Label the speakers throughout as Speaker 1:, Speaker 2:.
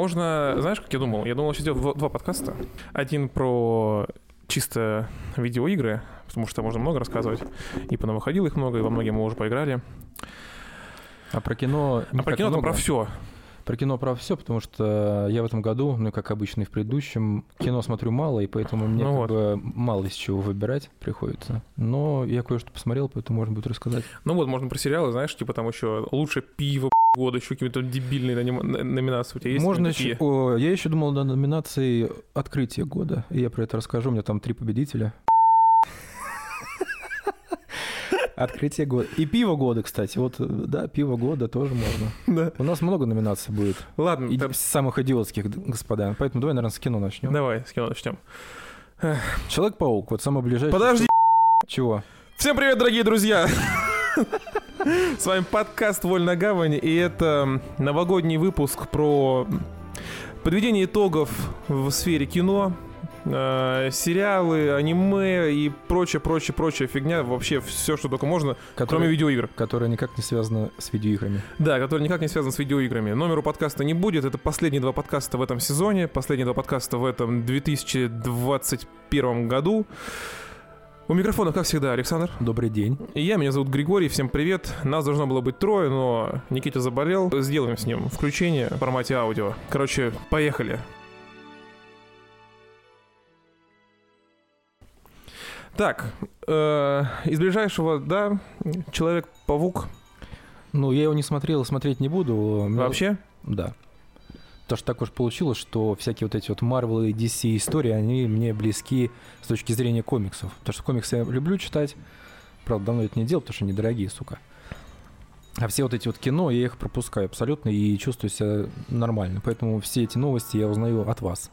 Speaker 1: Можно, знаешь, как я думал? Я думал, сейчас сделать два подкаста. Один про чисто видеоигры, потому что можно много рассказывать. И понавыходило их много, и во многие мы уже поиграли.
Speaker 2: А про кино... не
Speaker 1: А про
Speaker 2: так
Speaker 1: кино там про
Speaker 2: много.
Speaker 1: все.
Speaker 2: Про кино про все, потому что я в этом году, ну, как обычно и в предыдущем, кино смотрю мало, и поэтому мне
Speaker 1: Ну вот.
Speaker 2: как бы мало из чего выбирать приходится. Но я кое-что посмотрел, поэтому можно будет рассказать.
Speaker 1: Ну вот, можно про сериалы, знаешь, типа там еще лучше пиво б***ь, года, еще какие-то дебильные наним- на- номинации у тебя есть?
Speaker 2: можно
Speaker 1: Ну, такие.
Speaker 2: еще... о, я еще думал о номинации «Открытие года», и я про это расскажу, у меня там три победителя. Открытие года. И пиво года, кстати. Вот, э, да, пиво года тоже можно.
Speaker 1: Да.
Speaker 2: У нас много номинаций будет.
Speaker 1: Ладно,
Speaker 2: И
Speaker 1: там-
Speaker 2: самых идиотских, д- господа. Поэтому давай, наверное, с кино начнем.
Speaker 1: давай, с кино начнем.
Speaker 2: Человек-паук, вот самое ближайшее.
Speaker 1: Подожди!
Speaker 2: Чего?
Speaker 1: Всем привет, дорогие друзья! С вами подкаст «Вольная гавань», и это новогодний выпуск про подведение итогов в сфере кино, э, сериалы, аниме и прочее, прочее, прочее фигня, вообще все, что только можно, кроме
Speaker 2: Который,
Speaker 1: видеоигр.
Speaker 2: которая никак не связана с видеоиграми.
Speaker 1: Да, который никак не связан с видеоиграми. Номеру подкаста не будет. Это последние два подкаста в этом сезоне, последние два подкаста в этом 2021 году. У микрофона, как всегда, Александр.
Speaker 2: Добрый день.
Speaker 1: И я, меня зовут Григорий, всем привет. Нас должно было быть трое, но Никита заболел. Сделаем с ним включение в формате аудио. Короче, поехали. Так, э, из ближайшего, да, Человек-павук
Speaker 2: Ну, я его не смотрел, смотреть не буду. Мне-
Speaker 1: вообще.
Speaker 2: Да. Потому что так уж получилось, что всякие вот эти вот Marvel и DC истории, они мне близки с точки зрения комиксов. Потому что комиксы я люблю читать. Правда, давно это не делал, потому что они дорогие, сука. А все вот эти вот кино, я их пропускаю абсолютно и чувствую себя нормально. Поэтому все эти новости я узнаю от вас.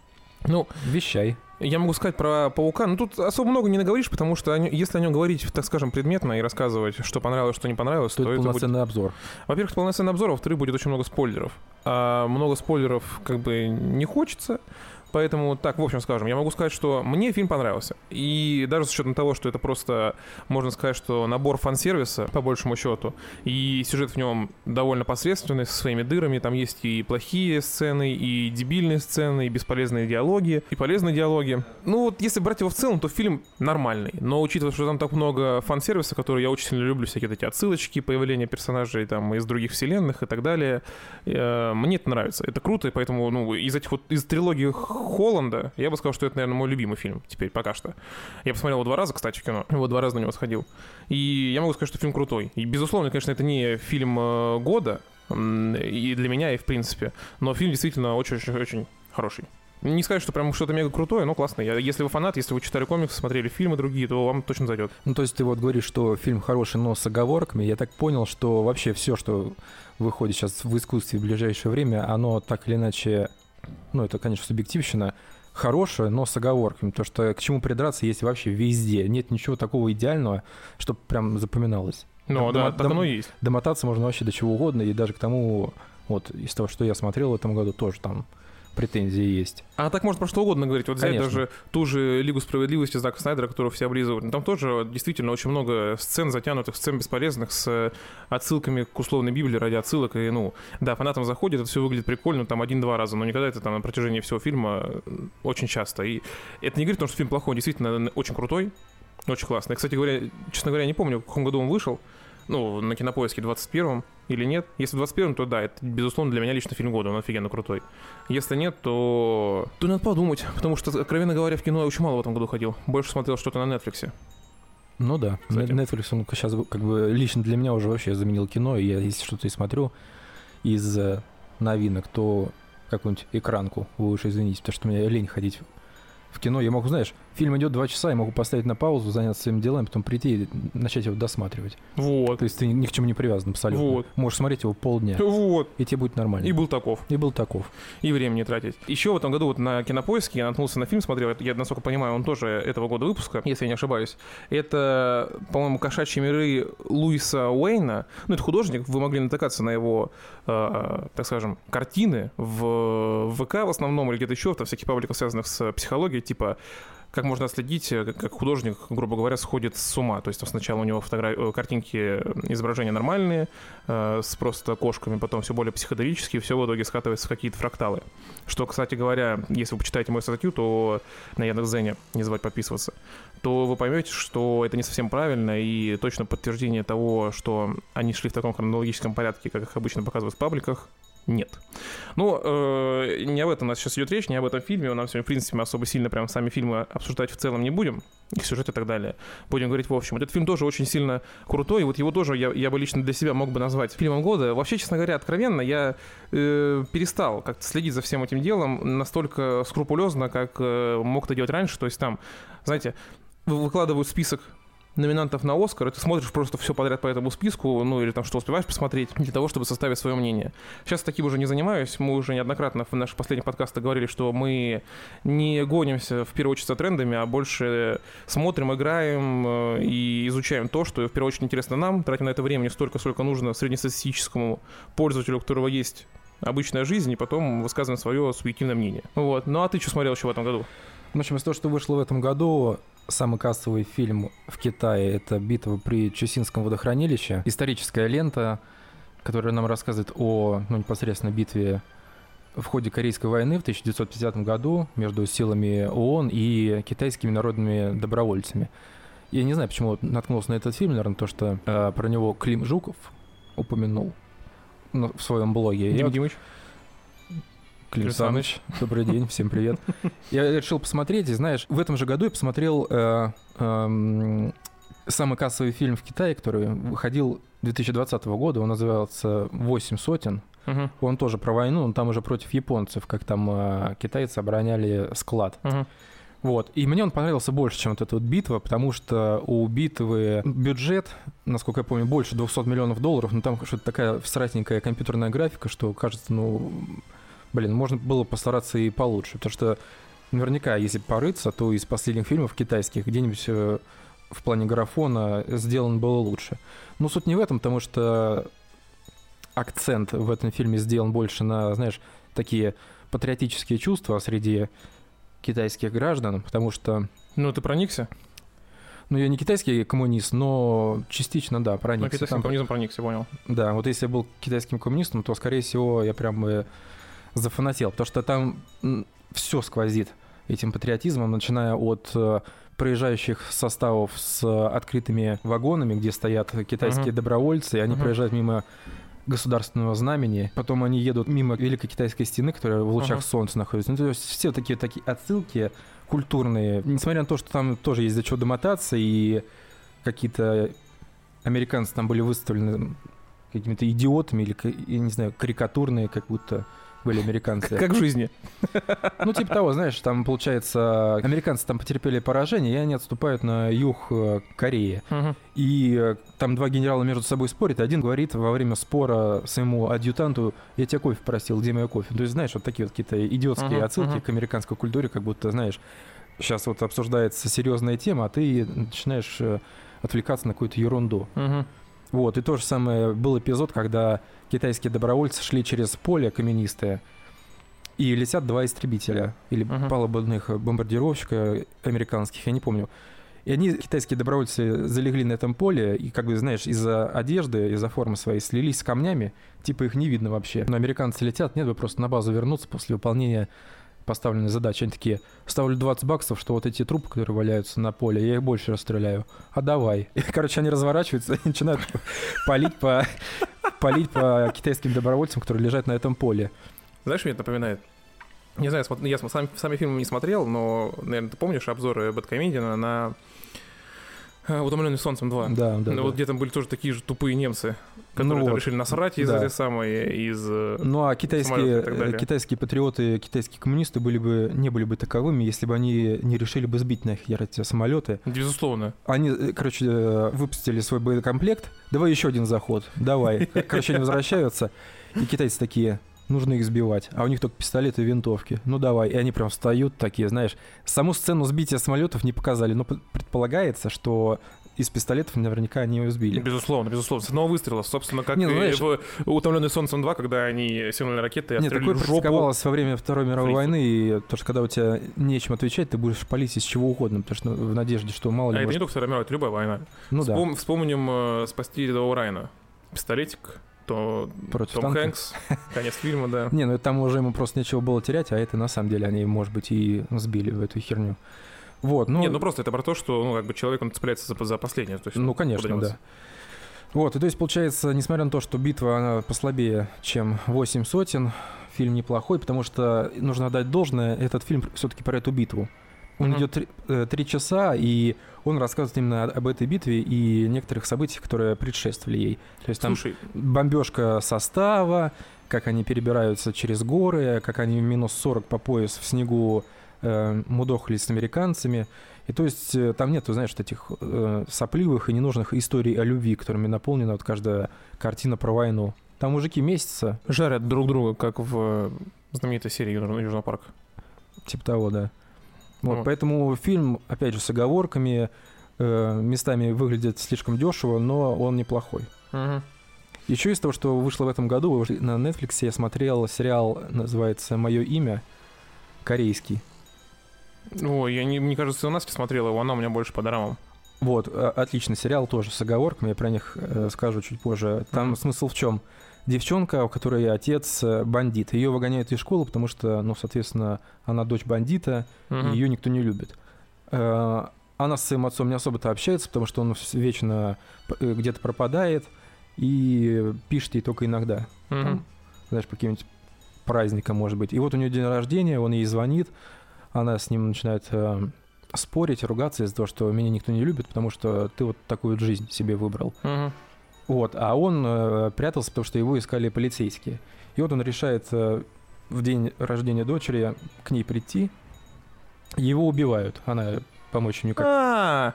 Speaker 1: Ну,
Speaker 2: Вещай.
Speaker 1: Я могу сказать про паука, но тут особо много не наговоришь, потому что о нё- если о нем говорить, так скажем, предметно и рассказывать, что понравилось, что не понравилось,
Speaker 2: Тут
Speaker 1: то это будет...
Speaker 2: полноценный обзор.
Speaker 1: Во-первых, это полноценный обзор, а во-вторых, будет очень много спойлеров. А много спойлеров как бы не хочется, поэтому так, в общем, скажем, я могу сказать, что мне фильм понравился. И даже с учетом того, что это просто, можно сказать, что набор фан-сервиса, по большему счету, и сюжет в нем довольно посредственный, со своими дырами, там есть и плохие сцены, и дебильные сцены, и бесполезные диалоги, и полезные диалоги. Ну вот, если брать его в целом, то фильм нормальный, но учитывая, что там так много фан-сервиса, который я очень сильно люблю, всякие вот эти отсылочки, появление персонажей там из других вселенных и так далее, э, мне это нравится, это круто, и поэтому, ну, из этих вот, из трилогии Холланда, я бы сказал, что это, наверное, мой любимый фильм теперь пока что. Я посмотрел его два раза, кстати, в кино, вот два раза на него сходил. И я могу сказать, что фильм крутой. И, безусловно, конечно, это не фильм э, года, м, и для меня, и в принципе. Но фильм действительно очень-очень-очень хороший. Не сказать, что прям что-то мега крутое, но классно. Я- Если вы фанат, если вы читали комиксы, смотрели фильмы другие, то вам точно зайдет.
Speaker 2: Ну, то есть ты вот говоришь, что фильм хороший, но с оговорками. Я так понял, что вообще все, что выходит сейчас в искусстве в ближайшее время, оно так или иначе, ну, это, конечно, субъективщина, хорошее, но с оговорками. Потому что к чему придраться есть вообще везде. Нет ничего такого идеального, чтобы прям запоминалось.
Speaker 1: Но
Speaker 2: Дом-
Speaker 1: да, так
Speaker 2: дом-
Speaker 1: оно и есть.
Speaker 2: Домотаться можно вообще до чего угодно, и даже к тому, вот, из того, что я смотрел в этом году, тоже там претензии есть.
Speaker 1: А так можно про что угодно говорить. Вот взять
Speaker 2: Конечно.
Speaker 1: даже ту же Лигу справедливости Зака Снайдера, которую все облизывают. Ну, Там тоже действительно очень много сцен затянутых, сцен бесполезных, с э, отсылками к условной Библии ради отсылок. И, ну, да, фанатам заходит, это все выглядит прикольно, там один-два раза, но никогда это там на протяжении всего фильма э, очень часто. И это не говорит о том, что фильм плохой, он действительно он очень крутой, очень классный. И, кстати говоря, честно говоря, не помню, в каком году он вышел. Ну, на кинопоиске 21-м или нет. Если в 21-м, то да, это, безусловно, для меня лично фильм года, он офигенно крутой. Если нет, то... То надо подумать, потому что, откровенно говоря, в кино я очень мало в этом году ходил. Больше смотрел что-то на Netflix.
Speaker 2: Ну да, Не-
Speaker 1: Кстати.
Speaker 2: Netflix, он сейчас как бы лично для меня уже вообще заменил кино, и я если что-то и смотрю из э, новинок, то какую-нибудь экранку, вы уж извините, потому что мне лень ходить в кино. Я могу, знаешь, фильм идет два часа, я могу поставить на паузу, заняться своими делами, потом прийти и начать его досматривать.
Speaker 1: Вот.
Speaker 2: То есть ты ни к чему не привязан абсолютно.
Speaker 1: Вот.
Speaker 2: Можешь смотреть его полдня,
Speaker 1: Вот.
Speaker 2: и тебе будет нормально.
Speaker 1: И был таков.
Speaker 2: И был таков.
Speaker 1: и времени тратить. Еще в этом году вот на кинопоиске я наткнулся на фильм, смотрел, я, насколько понимаю, он тоже этого года выпуска, если я не ошибаюсь. Это, по-моему, «Кошачьи миры» Луиса Уэйна. Ну, это художник, вы могли натыкаться на его, э, так скажем, картины в ВК в основном или где-то еще, там всяких пабликов, связанных с психологией, типа как можно отследить, э, как- как художник, грубо говоря, сходит с ума. То есть там сначала у него фотогра- э, картинки, э, изображения нормальные, э, с просто кошками, потом все более психоделические, все в итоге скатывается в какие-то фракталы. Что, кстати говоря, если вы почитаете мою статью, то на Яндекс.Зене не забывайте подписываться, то вы поймете, что это не совсем правильно, и точно подтверждение того, что они шли в таком хронологическом порядке, как их обычно показывают в пабликах, нет. Ну, э, не об этом у нас сейчас идет речь, не об этом фильме. Нам сегодня, в принципе, мы особо сильно прям сами фильмы обсуждать в целом не будем, их сюжет и так далее. Будем говорить в общем. Этот фильм тоже очень сильно крутой, и вот его тоже я, я бы лично для себя мог бы назвать фильмом года. Вообще, честно говоря, откровенно, я э, перестал как-то следить за всем этим делом настолько скрупулезно, как э, мог это делать раньше. То есть там, знаете, вы- выкладывают список номинантов на Оскар, и ты смотришь просто все подряд по этому списку, ну или там что успеваешь посмотреть, для того, чтобы составить свое мнение. Сейчас таким уже не занимаюсь. Мы уже неоднократно в наших последних подкастах говорили, что мы не гонимся в первую очередь за трендами, а больше смотрим, играем э, и изучаем то, что в первую очередь интересно нам, тратим на это время не столько, сколько нужно среднестатистическому пользователю, у которого есть обычная жизнь, и потом высказываем свое субъективное мнение. Вот. Ну а ты что смотрел еще в этом году?
Speaker 2: В общем, из того, что вышло в этом году, самый кассовый фильм в Китае — это «Битва при Чусинском водохранилище». Историческая лента, которая нам рассказывает о ну, непосредственно битве в ходе Корейской войны в 1950 году между силами ООН и китайскими народными добровольцами. Я не знаю, почему вот наткнулся на этот фильм, наверное, то, что э, про него Клим Жуков упомянул ну, в своем блоге. Я
Speaker 1: Дим
Speaker 2: вот-
Speaker 1: Димыч?
Speaker 2: Клим
Speaker 1: Клим
Speaker 2: Саныч, добрый день, всем привет. Я решил посмотреть, и знаешь, в этом же году я посмотрел э, эм, самый кассовый фильм в Китае, который выходил 2020 года, он назывался «Восемь сотен».
Speaker 1: Мгм.
Speaker 2: Он тоже про войну, он там уже против японцев, как там э, китайцы обороняли склад.
Speaker 1: Мгм.
Speaker 2: Вот. И мне он понравился больше, чем вот эта вот битва, потому что у битвы бюджет, насколько я помню, больше 200 миллионов долларов, но там что-то такая всратненькая компьютерная графика, что кажется, ну, блин, можно было постараться и получше, потому что наверняка, если порыться, то из последних фильмов китайских где-нибудь э, в плане графона сделан было лучше. Но суть не в этом, потому что акцент в этом фильме сделан больше на, знаешь, такие патриотические чувства среди китайских граждан, потому что,
Speaker 1: Ну ты проникся?
Speaker 2: ну, я не китайский коммунист, но частично, да,
Speaker 1: Ну,
Speaker 2: проникся.
Speaker 1: китайским
Speaker 2: Там-
Speaker 1: коммунизмом проникся, понял.
Speaker 2: да, вот если я был китайским коммунистом, то, скорее всего, я прям бы зафанател, потому что там все сквозит этим патриотизмом, начиная от э, проезжающих составов с э, открытыми вагонами, где стоят китайские
Speaker 1: Мгм.
Speaker 2: добровольцы, и они
Speaker 1: Мгм.
Speaker 2: проезжают мимо государственного знамени, потом они едут мимо Великой Китайской стены, которая в лучах
Speaker 1: Ага.
Speaker 2: солнца находится. Ну, то есть все такие, такие отсылки культурные. Несмотря на то, что там тоже есть за что домотаться, и какие-то американцы там были выставлены какими-то идиотами или, ка- я не знаю, карикатурные, как будто были американцы.
Speaker 1: Как в жизни.
Speaker 2: Ну, типа того, знаешь, там, получается, американцы там потерпели поражение, и они отступают на юг э, Кореи. И э, там два генерала между собой спорят, и один говорит во время спора своему адъютанту, я тебя кофе просил, где мой кофе? То есть, знаешь, вот такие вот какие-то идиотские
Speaker 1: Мгм,
Speaker 2: отсылки
Speaker 1: мгм.
Speaker 2: к американской культуре, как будто, знаешь, сейчас вот обсуждается серьезная тема, а ты начинаешь э, отвлекаться на какую-то ерунду.
Speaker 1: Мгм.
Speaker 2: Вот, и то же самое был эпизод, когда китайские добровольцы шли через поле каменистое, и летят два истребителя, или
Speaker 1: Мгм.
Speaker 2: палубных бомбардировщика американских, я не помню. И они, китайские добровольцы, залегли на этом поле, и, как бы, знаешь, из-за одежды, из-за формы своей слились с камнями, типа их не видно вообще. Но американцы летят, нет, вы просто на базу вернуться после выполнения поставленной задачи. Они такие, ставлю 20 баксов, что вот эти трупы, которые валяются на поле, я их больше расстреляю. А давай. И, короче, они разворачиваются и начинают палить по палить по китайским добровольцам, которые лежат на этом поле.
Speaker 1: Знаешь, мне это напоминает? Не знаю, смо- я см- сам, сами фильмы не смотрел, но, наверное, ты помнишь обзоры Бэткомедиана на э, «Утомленный солнцем 2».
Speaker 2: Да, да.
Speaker 1: ну,
Speaker 2: да.
Speaker 1: вот где там были тоже такие же тупые немцы, которые
Speaker 2: Ну
Speaker 1: там
Speaker 2: вот,
Speaker 1: решили насрать из
Speaker 2: да.
Speaker 1: этой самой, из... э,
Speaker 2: Ну
Speaker 1: самолеты
Speaker 2: а
Speaker 1: и
Speaker 2: китайские,
Speaker 1: так далее.
Speaker 2: э, китайские патриоты, китайские коммунисты были бы, не были бы таковыми, если бы они не решили бы сбить нахер эти самолеты.
Speaker 1: Безусловно.
Speaker 2: Они, э, короче, э, выпустили свой боекомплект. Давай еще один заход. Давай. Короче, они возвращаются. И китайцы такие, нужно их сбивать. А у них только пистолеты и винтовки. Ну давай. И они прям встают такие, знаешь. Саму сцену сбития самолетов не показали, но п- предполагается, что из пистолетов наверняка они его сбили.
Speaker 1: Безусловно, безусловно. С одного выстрела, собственно, как
Speaker 2: Не,
Speaker 1: и
Speaker 2: ну, знаешь-
Speaker 1: в «Утомленный солнцем 2», когда они сигнальные ракеты
Speaker 2: Нет,
Speaker 1: отстрелили
Speaker 2: такое
Speaker 1: в жопу.
Speaker 2: практиковалось во время Второй мировой
Speaker 1: Фрицев.
Speaker 2: войны, и то, что когда у тебя нечем отвечать, ты будешь палить из чего угодно, потому что ну, в надежде, что
Speaker 1: А
Speaker 2: мало ли
Speaker 1: это не
Speaker 2: может...
Speaker 1: только Вторая мировая, это любая война.
Speaker 2: Ну да,
Speaker 1: Вспом- Вспомним э, «Спасти рядового Райна». Пистолетик, то
Speaker 2: против
Speaker 1: Том
Speaker 2: танка.
Speaker 1: Хэнкс, конец фильма, да.
Speaker 2: Не, ну это там уже ему просто нечего было терять, а это на самом деле они, может быть, и сбили в эту херню. Вот, ну,
Speaker 1: Нет, ну просто это про то, что ну, как бы человек он цепляется за, за последнее. То есть,
Speaker 2: ну
Speaker 1: куда
Speaker 2: конечно,
Speaker 1: деваться?
Speaker 2: да. Вот, и то есть, получается, несмотря на то, что битва она послабее, чем «Восемь сотен», фильм неплохой, потому что нужно отдать должное, этот фильм все-таки про эту битву. Он
Speaker 1: Мгм.
Speaker 2: идет три, э, три часа, и он рассказывает именно о- об этой битве и некоторых событиях, которые предшествовали ей. То есть там
Speaker 1: Слушай,
Speaker 2: бомбежка состава, как они перебираются через горы, как они в минус 40 по пояс в снегу э, мудохались с американцами. И то есть э, там нету, знаешь, вот этих э, сопливых и ненужных историй о любви, которыми наполнена вот каждая картина про войну. Там мужики месяца,
Speaker 1: жарят друг друга, как в э, знаменитой серии «Южный Южного парка».
Speaker 2: типа того, да. Вот,
Speaker 1: Вот.
Speaker 2: поэтому фильм, опять же, с оговорками, э, местами выглядит слишком дешево, но он неплохой. Еще из того, что вышло в этом году, уже на Netflix я смотрел сериал, называется «Мое имя», корейский.
Speaker 1: Ой, я не, мне кажется, у нас смотрела его, она у меня больше по дорамам.
Speaker 2: Вот, э, отличный сериал тоже с оговорками, я про них э, скажу чуть позже. Там
Speaker 1: Мгм.
Speaker 2: смысл в чем? Девчонка, у которой отец э, бандит, ее выгоняют из школы, потому что, ну, соответственно, она дочь бандита,
Speaker 1: Мгм.
Speaker 2: ее никто не любит. Э, Она с своим отцом не особо-то общается, потому что он вс- вечно п- э, где-то пропадает и пишет ей только иногда.
Speaker 1: Мгм.
Speaker 2: там, знаешь, по каким-нибудь праздникам, может быть. И вот у нее день рождения, он ей звонит, она с ним начинает э, спорить, ругаться из-за того, что меня никто не любит, потому что ты вот такую вот жизнь себе выбрал.
Speaker 1: Мгм.
Speaker 2: Вот, а он э, прятался, потому что его искали полицейские. И вот он решает э, в день рождения дочери к ней прийти. Его убивают. Она помочь ему как
Speaker 1: А,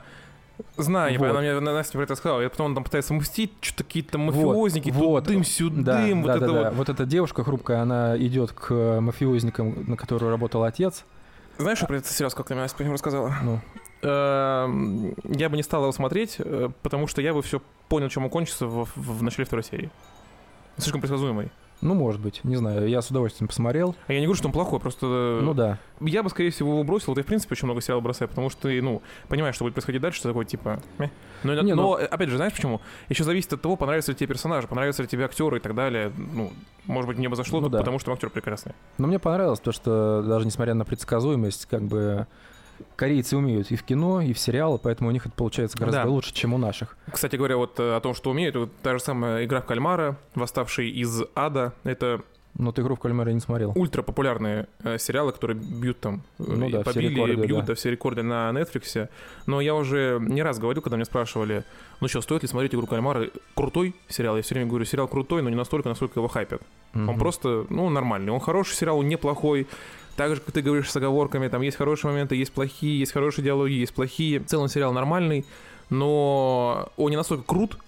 Speaker 1: знаю, я
Speaker 2: Вот.
Speaker 1: понял, она мне на- Настя про это сказала. Я потом там пытается мстить, что-то какие-то
Speaker 2: Вот,
Speaker 1: мафиозники, тут
Speaker 2: вот.
Speaker 1: дым, сюда
Speaker 2: да,
Speaker 1: дым, вот
Speaker 2: да,
Speaker 1: это
Speaker 2: да,
Speaker 1: вот.
Speaker 2: да. вот эта девушка хрупкая, она идет к э, мафиозникам, на которую работал отец.
Speaker 1: Знаешь, что про этот сериал как-то мне Настя про него рассказала?
Speaker 2: Ну,
Speaker 1: Эм, Я бы не стал его смотреть, э, потому что я бы все понял, чем он кончится в, в- в начале второй серии. Слишком предсказуемый.
Speaker 2: ну, может быть, не знаю. Я с удовольствием посмотрел.
Speaker 1: А я не говорю, что он плохой, просто э,
Speaker 2: Ну да.
Speaker 1: я бы, скорее всего, его бросил. Вот я, в принципе, очень много сериалов бросаю, потому что ты, ну, понимаешь, что будет происходить дальше, что такое, типа... мeh. Но,
Speaker 2: Не, ну
Speaker 1: но, э, опять же, знаешь почему? Еще зависит от того, понравятся ли тебе персонажи, понравятся ли тебе актеры и так далее. Ну, может быть, мне бы зашло,
Speaker 2: Ну
Speaker 1: тут
Speaker 2: да.
Speaker 1: потому что актер прекрасный.
Speaker 2: Но мне понравилось то, что даже несмотря на предсказуемость, как бы корейцы умеют и в кино, и в сериалы, поэтому у них это получается гораздо
Speaker 1: Да.
Speaker 2: лучше, чем у наших.
Speaker 1: Кстати говоря, вот э, о том, что умеют, вот та же самая игра в кальмара, восставший из ада, это
Speaker 2: Но ты игру в кальмара не смотрел.
Speaker 1: ультра популярные э, сериалы, которые бьют там, э,
Speaker 2: Ну да,
Speaker 1: и
Speaker 2: все
Speaker 1: побили,
Speaker 2: рекорды,
Speaker 1: и бьют
Speaker 2: да.
Speaker 1: да, все рекорды на Netflix. Но я уже не раз говорил, когда меня спрашивали, ну что, стоит ли смотреть «Игру кальмара»? Крутой сериал, я все время говорю, сериал крутой, но не настолько, насколько его хайпят. Он
Speaker 2: Мгм.
Speaker 1: просто, ну, нормальный. Он хороший сериал, он неплохой. Так же, как ты говоришь с оговорками, там есть хорошие моменты, есть плохие, есть хорошие диалоги, есть плохие. В целом сериал нормальный, но он не настолько крут,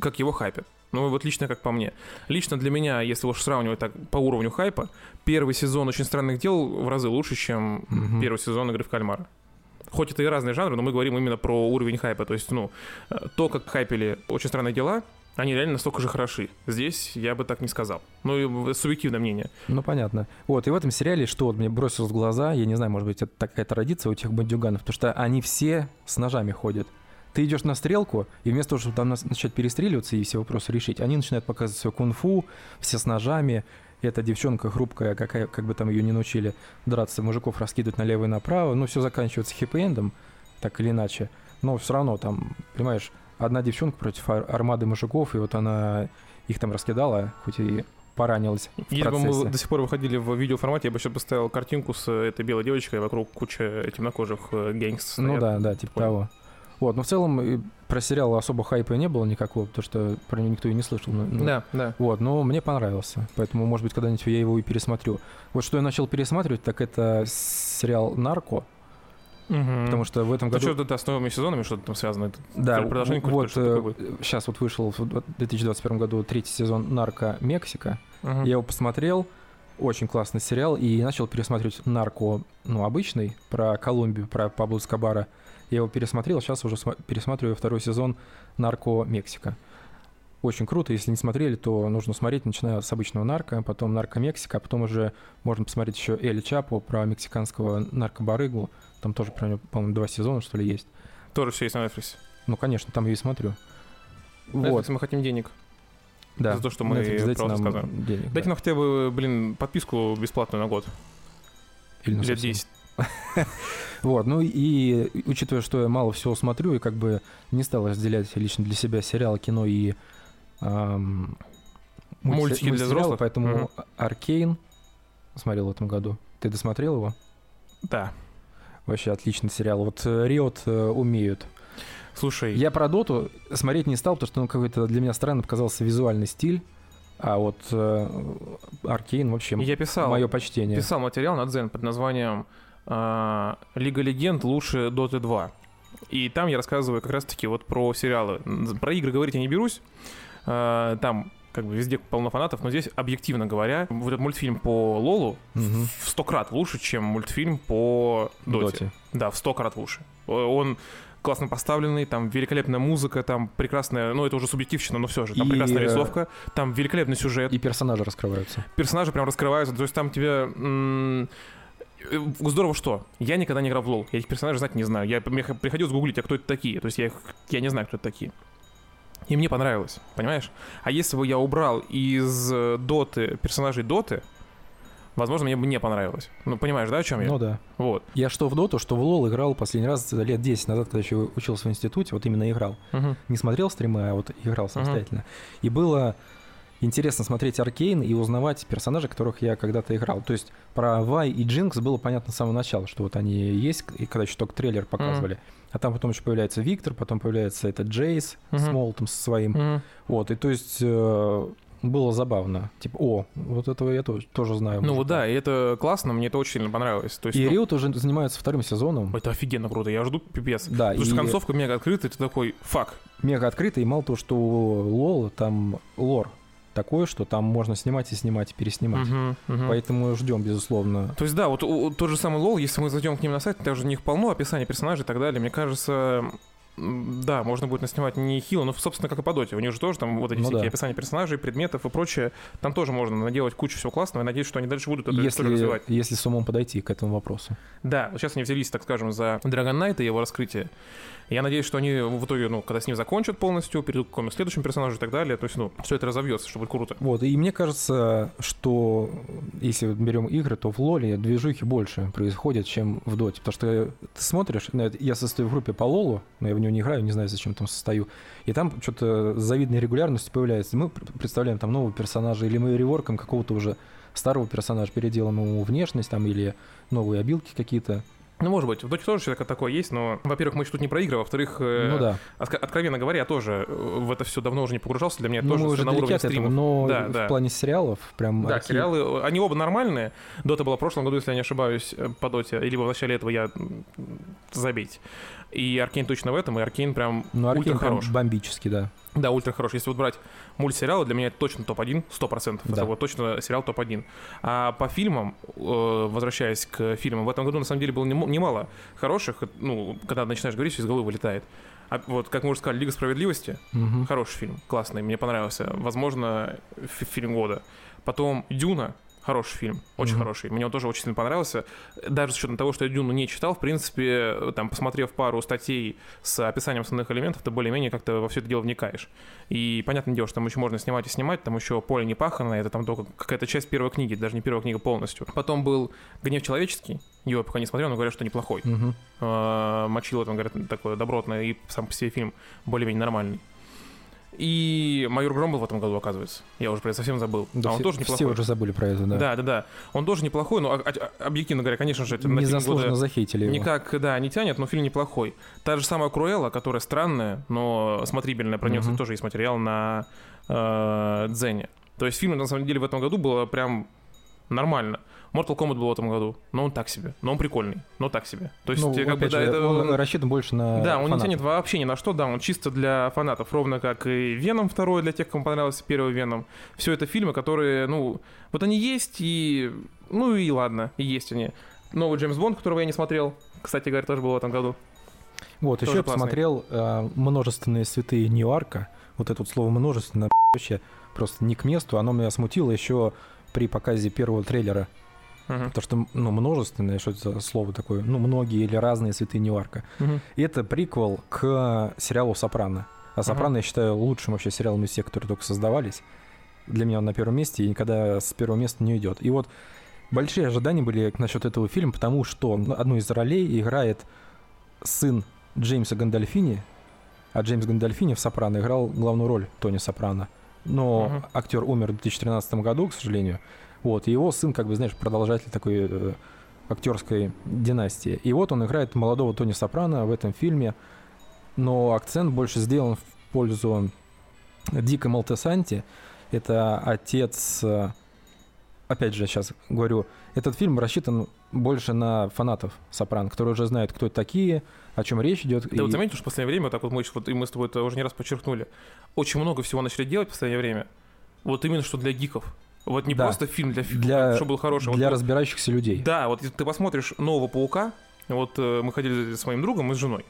Speaker 1: как его хайпят. Ну, вот лично как по мне. Лично для меня, если уж сравнивать так по уровню хайпа, первый сезон «Очень странных дел» в разы лучше, чем
Speaker 2: Мгм.
Speaker 1: первый сезон «Игры в кальмара». Хоть это и разные жанры, но мы говорим именно про уровень хайпа. То есть, ну, э, то, как хайпели «Очень странные дела», они реально настолько же хороши. Здесь я бы так не сказал. Ну, и в- субъективное мнение.
Speaker 2: Ну, понятно. Вот, и в этом сериале, что вот мне бросилось в глаза, я не знаю, может быть, это такая традиция у тех бандюганов, потому что они все с ножами ходят. Ты идешь на стрелку, и вместо того, чтобы там нас- начать перестреливаться и все вопросы решить, они начинают показывать все кунг-фу, все с ножами. И Эта девчонка хрупкая, какая, как бы там ее не научили драться, мужиков раскидывать налево и направо. Ну, все заканчивается хэппи-эндом, так или иначе. Но все равно там, понимаешь, одна девчонка против ар- армады мужиков, и вот она их там раскидала, хоть и поранилась. в
Speaker 1: Если бы мы
Speaker 2: процессе.
Speaker 1: до сих пор выходили в видеоформате, я бы сейчас поставил картинку с э, этой белой девочкой, вокруг куча темнокожих э, гэнгс.
Speaker 2: Ну
Speaker 1: стоят.
Speaker 2: да, да, типа
Speaker 1: Понял.
Speaker 2: того. Вот, но в целом и про сериал особо хайпа и не было никакого, потому что про него никто и не слышал. Ну, ну,
Speaker 1: Да, да.
Speaker 2: Вот, но мне понравился, поэтому, может быть, когда-нибудь я его и пересмотрю. Вот что я начал пересматривать, так это сериал «Нарко», потому что в этом
Speaker 1: Ты
Speaker 2: году...
Speaker 1: что-то Ну, с новыми сезонами что-то там связано? Это
Speaker 2: да,
Speaker 1: про продолжение какое-то,
Speaker 2: вот э,
Speaker 1: что такое будет?
Speaker 2: сейчас вот вышел в 2021 году третий сезон «Нарко Мексика»,
Speaker 1: Мгм.
Speaker 2: я его посмотрел, Очень классный сериал. И начал пересматривать «Нарко», ну, обычный, про Колумбию, про Пабло Скабара. Я его пересмотрел, а сейчас уже сма- пересматриваю второй сезон «Нарко Мексика». Очень круто, если не смотрели, то нужно смотреть, начиная с обычного нарко, потом нарко Мексика, а потом уже можно посмотреть еще Эль Чапо про мексиканского наркобарыгу. Там тоже, про него, по-моему, два сезона, что ли, есть.
Speaker 1: Тоже все есть на Netflix.
Speaker 2: Ну, конечно, там я и смотрю.
Speaker 1: Netflix
Speaker 2: Вот,
Speaker 1: мы хотим денег.
Speaker 2: да.
Speaker 1: за то, что мы
Speaker 2: Netflix,
Speaker 1: про
Speaker 2: дайте
Speaker 1: вас
Speaker 2: нам
Speaker 1: рассказываем.
Speaker 2: денег, да.
Speaker 1: Дайте нам хотя бы, блин, подписку бесплатную на год.
Speaker 2: Или на
Speaker 1: Лет
Speaker 2: совсем.
Speaker 1: 10.
Speaker 2: Вот, ну и учитывая, что я мало всего смотрю и как бы не стал разделять лично для себя сериал, кино и ам, мульти-
Speaker 1: Мультики для
Speaker 2: мультсериалы,
Speaker 1: взрослых?
Speaker 2: поэтому
Speaker 1: Мгм.
Speaker 2: Аркейн смотрел в этом году. Ты досмотрел его?
Speaker 1: Да.
Speaker 2: Вообще отличный сериал. Вот э, Риот э, умеют.
Speaker 1: Слушай,
Speaker 2: Я про Доту смотреть не стал, потому что ну, какой-то для меня странно показался визуальный стиль. А вот э, Аркейн вообще
Speaker 1: я писал,
Speaker 2: мое почтение.
Speaker 1: писал материал на Дзен под названием а, «Лига легенд лучше Доты 2». И там я рассказываю как раз-таки вот про сериалы. М, Про игры говорить я не берусь. А, Там как бы везде полно фанатов, но здесь, объективно говоря, вот этот мультфильм по Лолу
Speaker 2: Мгм.
Speaker 1: в сто крат лучше, чем мультфильм по Доте.
Speaker 2: Доте.
Speaker 1: Да, в сто крат лучше. Э, Он классно поставленный, там великолепная музыка, там прекрасная, ну это уже субъективщина, но все же, там
Speaker 2: И,
Speaker 1: прекрасная
Speaker 2: э,
Speaker 1: рисовка, там великолепный сюжет,
Speaker 2: И персонажи раскрываются.
Speaker 1: персонажи прям раскрываются, то есть там тебе... м, э, Здорово, что я никогда не играл в лол, я этих персонажей знать не знаю, я, мне х- приходилось гуглить, а кто это такие, то есть я, их, я не знаю, кто это такие. И мне понравилось, понимаешь? А если бы я убрал из э, доты персонажей доты, возможно, мне бы не понравилось. Ну, понимаешь, да, о чем я?
Speaker 2: Ну да.
Speaker 1: Вот.
Speaker 2: Я что в доту, что в лол играл последний раз лет 10 назад, когда еще учился в институте, вот именно играл.
Speaker 1: Мгм.
Speaker 2: Не смотрел стримы, а вот играл самостоятельно. И было интересно смотреть Аркейн и узнавать персонажей, которых я когда-то играл. То есть про Вай и Джинкс было понятно с самого начала, что вот они есть, и когда еще только трейлер показывали. А там потом еще появляется Виктор, потом появляется этот Джейс с
Speaker 1: Мгм.
Speaker 2: Молотом со своим.
Speaker 1: Мгм.
Speaker 2: Вот, и то есть э, было забавно. Типа, о, вот этого я тоже, тоже знаю.
Speaker 1: Ну
Speaker 2: мужика».
Speaker 1: вот да, и это классно, мне это очень сильно понравилось. То есть,
Speaker 2: И
Speaker 1: ну,
Speaker 2: Риот уже занимается вторым сезоном.
Speaker 1: это офигенно круто, я жду пипец.
Speaker 2: Да,
Speaker 1: Потому что
Speaker 2: и-
Speaker 1: концовка мега открыта, и ты такой, фак.
Speaker 2: мега открыто, и мало того, что у Лола там лор такой, что там можно снимать и снимать, и переснимать.
Speaker 1: Мгм, мгм.
Speaker 2: Поэтому ждем, безусловно.
Speaker 1: То есть да, вот у- у- тот же самый лол, если мы зайдем к ним на сайт, даже у них полно описаний персонажей и так далее. Мне кажется, м, да, можно будет наснимать не хило, но, собственно, как и по доте. У них же тоже там вот эти
Speaker 2: Ну
Speaker 1: всякие
Speaker 2: да.
Speaker 1: описания персонажей, предметов и прочее. Там тоже можно наделать кучу всего классного. Я надеюсь, что они дальше будут это историю развивать.
Speaker 2: Если, если с умом подойти к этому вопросу.
Speaker 1: Да, вот сейчас они взялись, так скажем, за Dragon Knight и его раскрытие. Я надеюсь, что они в итоге, ну, когда с ним закончат полностью, перейдут к какому-нибудь следующему персонажу и так далее. То есть, ну, все это разовьется, что будет круто.
Speaker 2: Вот, и мне кажется, что если вот берем игры, то в Лоле движухи больше происходит, чем в Доте. Потому что ты смотришь, на это- я состою в группе по Лолу, но я в нее не играю, не знаю, зачем там состою. И там что-то с завидной регулярностью появляется. Мы пр- представляем там нового персонажа, или мы реворком какого-то уже старого персонажа, переделаем ему внешность там, или новые обилки какие-то.
Speaker 1: Ну, может быть, в Доте тоже всякое такое есть, но, во-первых, мы еще тут не про игры, во-вторых, э,
Speaker 2: ну да.
Speaker 1: отк- откровенно говоря, я тоже э, в это все давно уже не погружался, для меня это
Speaker 2: Ну,
Speaker 1: тоже
Speaker 2: мы
Speaker 1: всё
Speaker 2: уже
Speaker 1: на
Speaker 2: далеки
Speaker 1: уровне
Speaker 2: от этого,
Speaker 1: стримов.
Speaker 2: но
Speaker 1: Да,
Speaker 2: в
Speaker 1: да.
Speaker 2: плане сериалов прям...
Speaker 1: Да,
Speaker 2: арки-
Speaker 1: сериалы, э, они оба нормальные. Дота была в прошлом году, если я не ошибаюсь, э, по Доте, или в начале этого я м, забить. И Аркейн точно в этом, и Аркейн прям
Speaker 2: Ну,
Speaker 1: ультра
Speaker 2: Аркейн прям
Speaker 1: хорош.
Speaker 2: бомбический, да.
Speaker 1: Да, ультра хорош. Если вот брать мультсериалы, для меня это точно топ-1, 100%.
Speaker 2: Да.
Speaker 1: Это вот точно сериал топ-1. А по фильмам, э, возвращаясь к фильмам, в этом году на самом деле было нем- немало хороших, ну, когда начинаешь говорить, всё из головы вылетает. А вот, как мы уже сказали, «Лига справедливости»
Speaker 2: Мгм.
Speaker 1: Хороший фильм, классный, мне понравился. Возможно, фи- фильм года. Потом «Дюна» Хороший фильм, очень
Speaker 2: Мгм.
Speaker 1: хороший. Мне он тоже очень сильно понравился. Даже с учетом того, что я Дюну не читал, в принципе, э, там, посмотрев пару статей с описанием основных элементов, ты более-менее как-то во все это дело вникаешь. И понятное дело, что там еще можно снимать и снимать, там еще поле не паханое, это там только какая-то часть первой книги, даже не первая книга полностью. Потом был «Гнев человеческий», его я пока не смотрел, но говорят, что неплохой.
Speaker 2: Мгм.
Speaker 1: Э, Мочило там, говорят, такое добротное, и сам по себе фильм более-менее нормальный. И «Майор Гром» был в этом году, оказывается. Я уже про это совсем забыл.
Speaker 2: Да,
Speaker 1: а он
Speaker 2: все,
Speaker 1: тоже
Speaker 2: все
Speaker 1: неплохой.
Speaker 2: уже забыли про это, да.
Speaker 1: да, да, да. Он тоже неплохой, но а- а- объективно говоря, конечно же, это на фильм года
Speaker 2: Незаслуженно захейтили его.
Speaker 1: никак, да, не тянет, но фильм неплохой. Та же самая Круэлла, которая странная, но смотрибельная, про нее,
Speaker 2: Мгм.
Speaker 1: кстати, тоже есть материал на э, Дзене. То есть фильм, на самом деле, в этом году было прям нормально. Mortal Kombat был в этом году, но он так себе, но он прикольный, но так себе. То есть,
Speaker 2: Ну,
Speaker 1: тебе как бы,
Speaker 2: опять
Speaker 1: да,
Speaker 2: же,
Speaker 1: это...
Speaker 2: он рассчитан больше на
Speaker 1: Да, он
Speaker 2: э, фанатов.
Speaker 1: не тянет вообще ни на что, да, он чисто для фанатов, ровно как и Веном второй для тех, кому понравился первый Веном. Все это фильмы, которые, ну, вот они есть и, ну и ладно, и есть они. Новый Джеймс Бонд, которого я не смотрел, кстати говоря, тоже был в этом году.
Speaker 2: Вот,
Speaker 1: тоже
Speaker 2: еще я
Speaker 1: классный.
Speaker 2: посмотрел э, «Множественные святые Ньюарка». Вот это вот слово «множественное» вообще просто не к месту. Оно меня смутило еще при показе первого трейлера.
Speaker 1: Мгм.
Speaker 2: Потому что, ну, множественное, что это за слово такое? Ну, многие или разные святые Ньюарка.
Speaker 1: Мгм.
Speaker 2: И это приквел к сериалу «Сопрано». А «Сопрано» я считаю лучшим вообще сериалом из всех, которые только создавались. Для меня он на первом месте и никогда с первого места не уйдет. И вот большие ожидания были насчет этого фильма, потому что ну, одну из ролей играет сын Джеймса Гандальфини, а Джеймс Гандальфини в «Сопрано» играл главную роль Тони Сопрано. Но
Speaker 1: Мгм.
Speaker 2: актер умер в 2013 году, к сожалению. Вот, и его сын, как бы, знаешь, продолжатель такой э, актерской династии. И вот он играет молодого Тони Сопрано в этом фильме, но акцент больше сделан в пользу Дика Малтесанти. Это отец... э, Опять же, сейчас говорю, этот фильм рассчитан больше на фанатов Сопрано, которые уже знают, кто это такие, о чем речь идет.
Speaker 1: Ты вот заметил, что в последнее время, вот так вот мы, ещё вот, и мы с тобой это уже не раз подчеркнули, очень много всего начали делать в последнее время, вот именно что для гиков. Вот не
Speaker 2: Да.
Speaker 1: просто фильм для фильма,
Speaker 2: Для-
Speaker 1: чтобы был хороший. вот
Speaker 2: для разбирающихся людей.
Speaker 1: Да, вот если ты посмотришь нового паука, вот э, мы ходили с моим другом и с женой.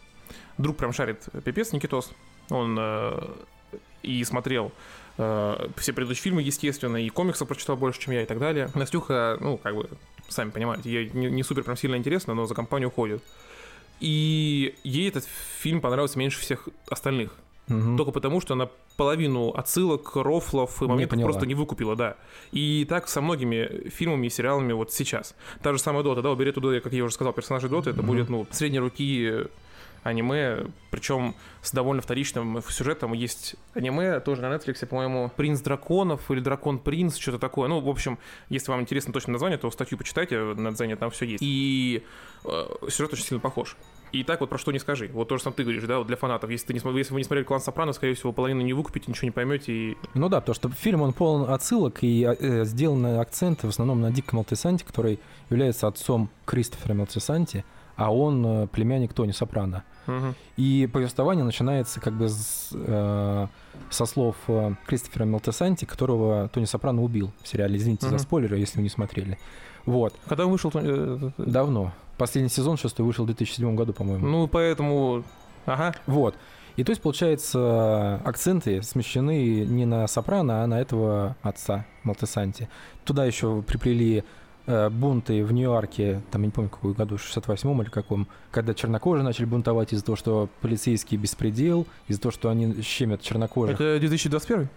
Speaker 1: Друг прям шарит э, пипец Никитос. Он э, и смотрел э, все предыдущие фильмы, естественно, и комиксов прочитал больше, чем я, и так далее. Настюха, ну, как бы, сами понимаете, ей не, не супер прям сильно интересно, но за компанию ходит. И ей этот фильм понравился меньше всех остальных.
Speaker 2: Мгм.
Speaker 1: Только потому, что она половину отсылок, рофлов и
Speaker 2: Не
Speaker 1: моментов
Speaker 2: поняла.
Speaker 1: просто не выкупила, да. И так со многими фильмами и сериалами вот сейчас. Та же самая Дота, да, убери туда, как я уже сказал, персонажи Доты, это
Speaker 2: Мгм.
Speaker 1: будет, ну, средней руки аниме, причем с довольно вторичным э, сюжетом. Есть аниме тоже на Netflix, по-моему, «Принц драконов» или «Дракон принц», что-то такое. Ну, в общем, если вам интересно точное название, то статью почитайте, на Дзене там все есть. И э, сюжет очень сильно похож. И так вот про что не скажи. Вот то же сам ты говоришь, да, вот для фанатов. Если, ты не, смо- если вы не смотрели «Клан Сопрано», скорее всего, половину не выкупите, ничего не поймете. И...
Speaker 2: Ну да, потому что фильм, он полон отсылок и э, сделаны акценты в основном на Дика Малтесанти, который является отцом Кристофера Малтесанти, а он э, племянник Тони Сопрано.
Speaker 1: Мгм.
Speaker 2: И повествование начинается как бы с, э, со слов э, Кристофера Малтесанти, которого Тони Сопрано убил в сериале. Извините за
Speaker 1: Мгм.
Speaker 2: спойлеры, если вы не смотрели. Вот,
Speaker 1: Когда он вышел... то- э, э,
Speaker 2: давно. Последний сезон шестой вышел в 2007 году, по-моему.
Speaker 1: Ну, поэтому... Ага.
Speaker 2: Вот. И то есть, получается, акценты смещены не на Сопрано, а на этого отца Малтесанти. Туда еще приплели э, бунты в Нью-Йорке, там, я не помню, какой году, 68-м или каком, когда чернокожие начали бунтовать из-за того, что полицейский беспредел, из-за того, что они щемят чернокожих.
Speaker 1: Это 2021?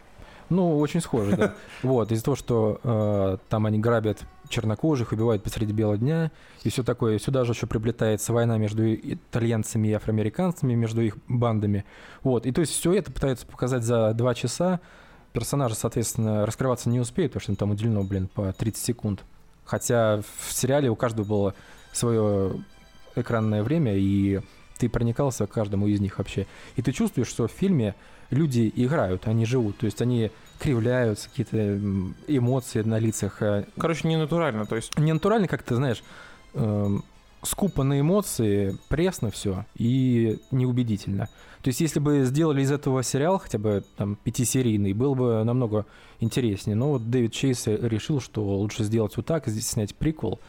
Speaker 2: Ну, очень схоже, да. Вот, из-за того, что э, там они грабят чернокожих, убивают посреди бела дня, и все такое. Сюда же еще приплетается война между итальянцами и афроамериканцами, между их бандами. Вот, и то есть все это пытаются показать за два часа. Персонажи, соответственно, раскрываться не успеют, потому что им там уделено, блин, по 30 секунд. Хотя в сериале у каждого было свое экранное время, и ты проникался к каждому из них вообще. И ты чувствуешь, что в фильме люди играют, они живут, то есть они кривляются, какие-то м, эмоции на лицах. э,
Speaker 1: Короче, не натурально, то есть...
Speaker 2: Не натурально, как ты знаешь, эм, скупо на эмоции, пресно все и неубедительно. То есть если бы сделали из этого сериал хотя бы там пятисерийный, было бы намного интереснее. Но вот Дэвид Чейз э, решил, что лучше сделать вот так, здесь снять приквел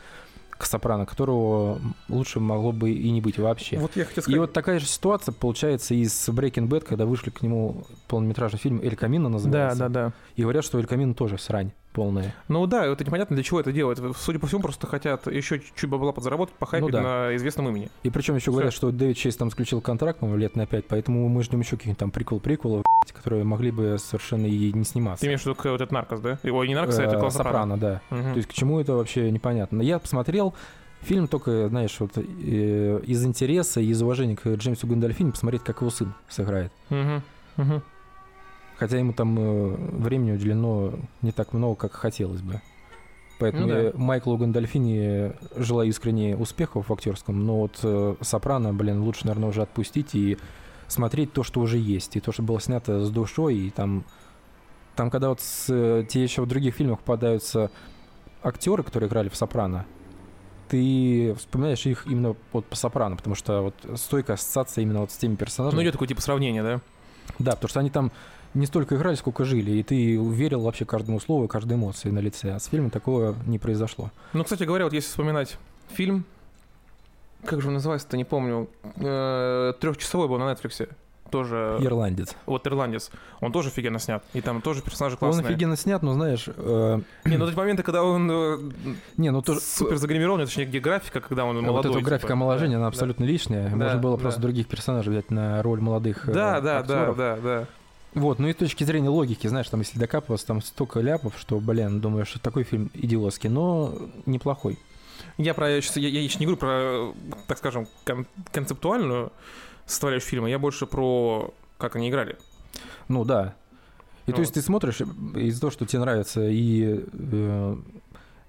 Speaker 2: к Сопрано, которого лучше могло бы и не быть вообще.
Speaker 1: Вот я хотел
Speaker 2: И вот такая же ситуация получается и с Breaking Bad, когда вышли к нему полнометражный фильм «Эль Камино»
Speaker 1: Да,
Speaker 2: называется.
Speaker 1: да, да.
Speaker 2: И говорят, что «Эль Камино» тоже срань полная.
Speaker 1: Ну да, это непонятно, для чего это делают. Судя по всему, просто хотят еще чуть-чуть бабла подзаработать, похайпить
Speaker 2: Ну да.
Speaker 1: на известном имени.
Speaker 2: И причем еще
Speaker 1: Всё.
Speaker 2: говорят, что Дэвид Чейз там заключил контракт, по лет на пять, поэтому мы ждем еще каких-нибудь там приквел-приквелов, которые могли бы совершенно и не сниматься.
Speaker 1: Ты имеешь в виду к- вот этот наркос, да? Ой, не наркос, а
Speaker 2: Э,
Speaker 1: это клан Сопрано.
Speaker 2: Сопрано, да.
Speaker 1: Мгм.
Speaker 2: То есть к чему это вообще непонятно. Я посмотрел фильм только, знаешь, вот э, из интереса и из уважения к Джеймсу Гандальфини посмотреть, как его сын сыграет.
Speaker 1: Мгм. Мгм.
Speaker 2: Хотя ему там э, времени уделено не так много, как хотелось бы. Поэтому
Speaker 1: Ну да.
Speaker 2: я Майклу Гандальфини желаю искренне успехов в актерском, но вот э, Сопрано, блин, лучше, наверное, уже отпустить и смотреть то, что уже есть, и то, что было снято с душой, и там, там когда вот с, э, те еще в других фильмах попадаются актеры, которые играли в «Сопрано», ты вспоминаешь их именно вот по «Сопрано», потому что вот стойкая ассоциация именно вот с теми персонажами.
Speaker 1: Ну, идет такое типа сравнение, да?
Speaker 2: Да, потому что они там не столько играли, сколько жили, и ты верил вообще каждому слову, каждой эмоции на лице. А с фильмом такого не произошло.
Speaker 1: Ну, кстати говоря, вот если вспоминать фильм, как же он называется-то, не помню, Э, трехчасовой был на Netflix. Тоже,
Speaker 2: Ирландец.
Speaker 1: вот «Ирландец», он тоже офигенно снят. И там тоже персонажи классные.
Speaker 2: Он офигенно снят, но знаешь... э,
Speaker 1: Не, ну эти моменты, когда он э,
Speaker 2: не, ну тоже...
Speaker 1: супер загримированный, точнее, где графика, когда он
Speaker 2: э,
Speaker 1: молодой.
Speaker 2: вот эта графика
Speaker 1: типа.
Speaker 2: омоложения, она
Speaker 1: Да.
Speaker 2: абсолютно лишняя. Можно было
Speaker 1: да.
Speaker 2: просто других персонажей взять на роль молодых э,
Speaker 1: Да, да, да,
Speaker 2: актеров.
Speaker 1: да, да.
Speaker 2: Вот, ну и с точки зрения логики, знаешь, там если докапываться, там столько ляпов, что, блин, думаю, что такой фильм идиотский, но неплохой.
Speaker 1: Я про я, щас- я, я еще не говорю про, э, так скажем, кон- концептуальную составляющую фильма. Я больше про как они играли.
Speaker 2: Ну да. И
Speaker 1: Ну
Speaker 2: то есть ты смотришь и- из-за того, что тебе нравится и э,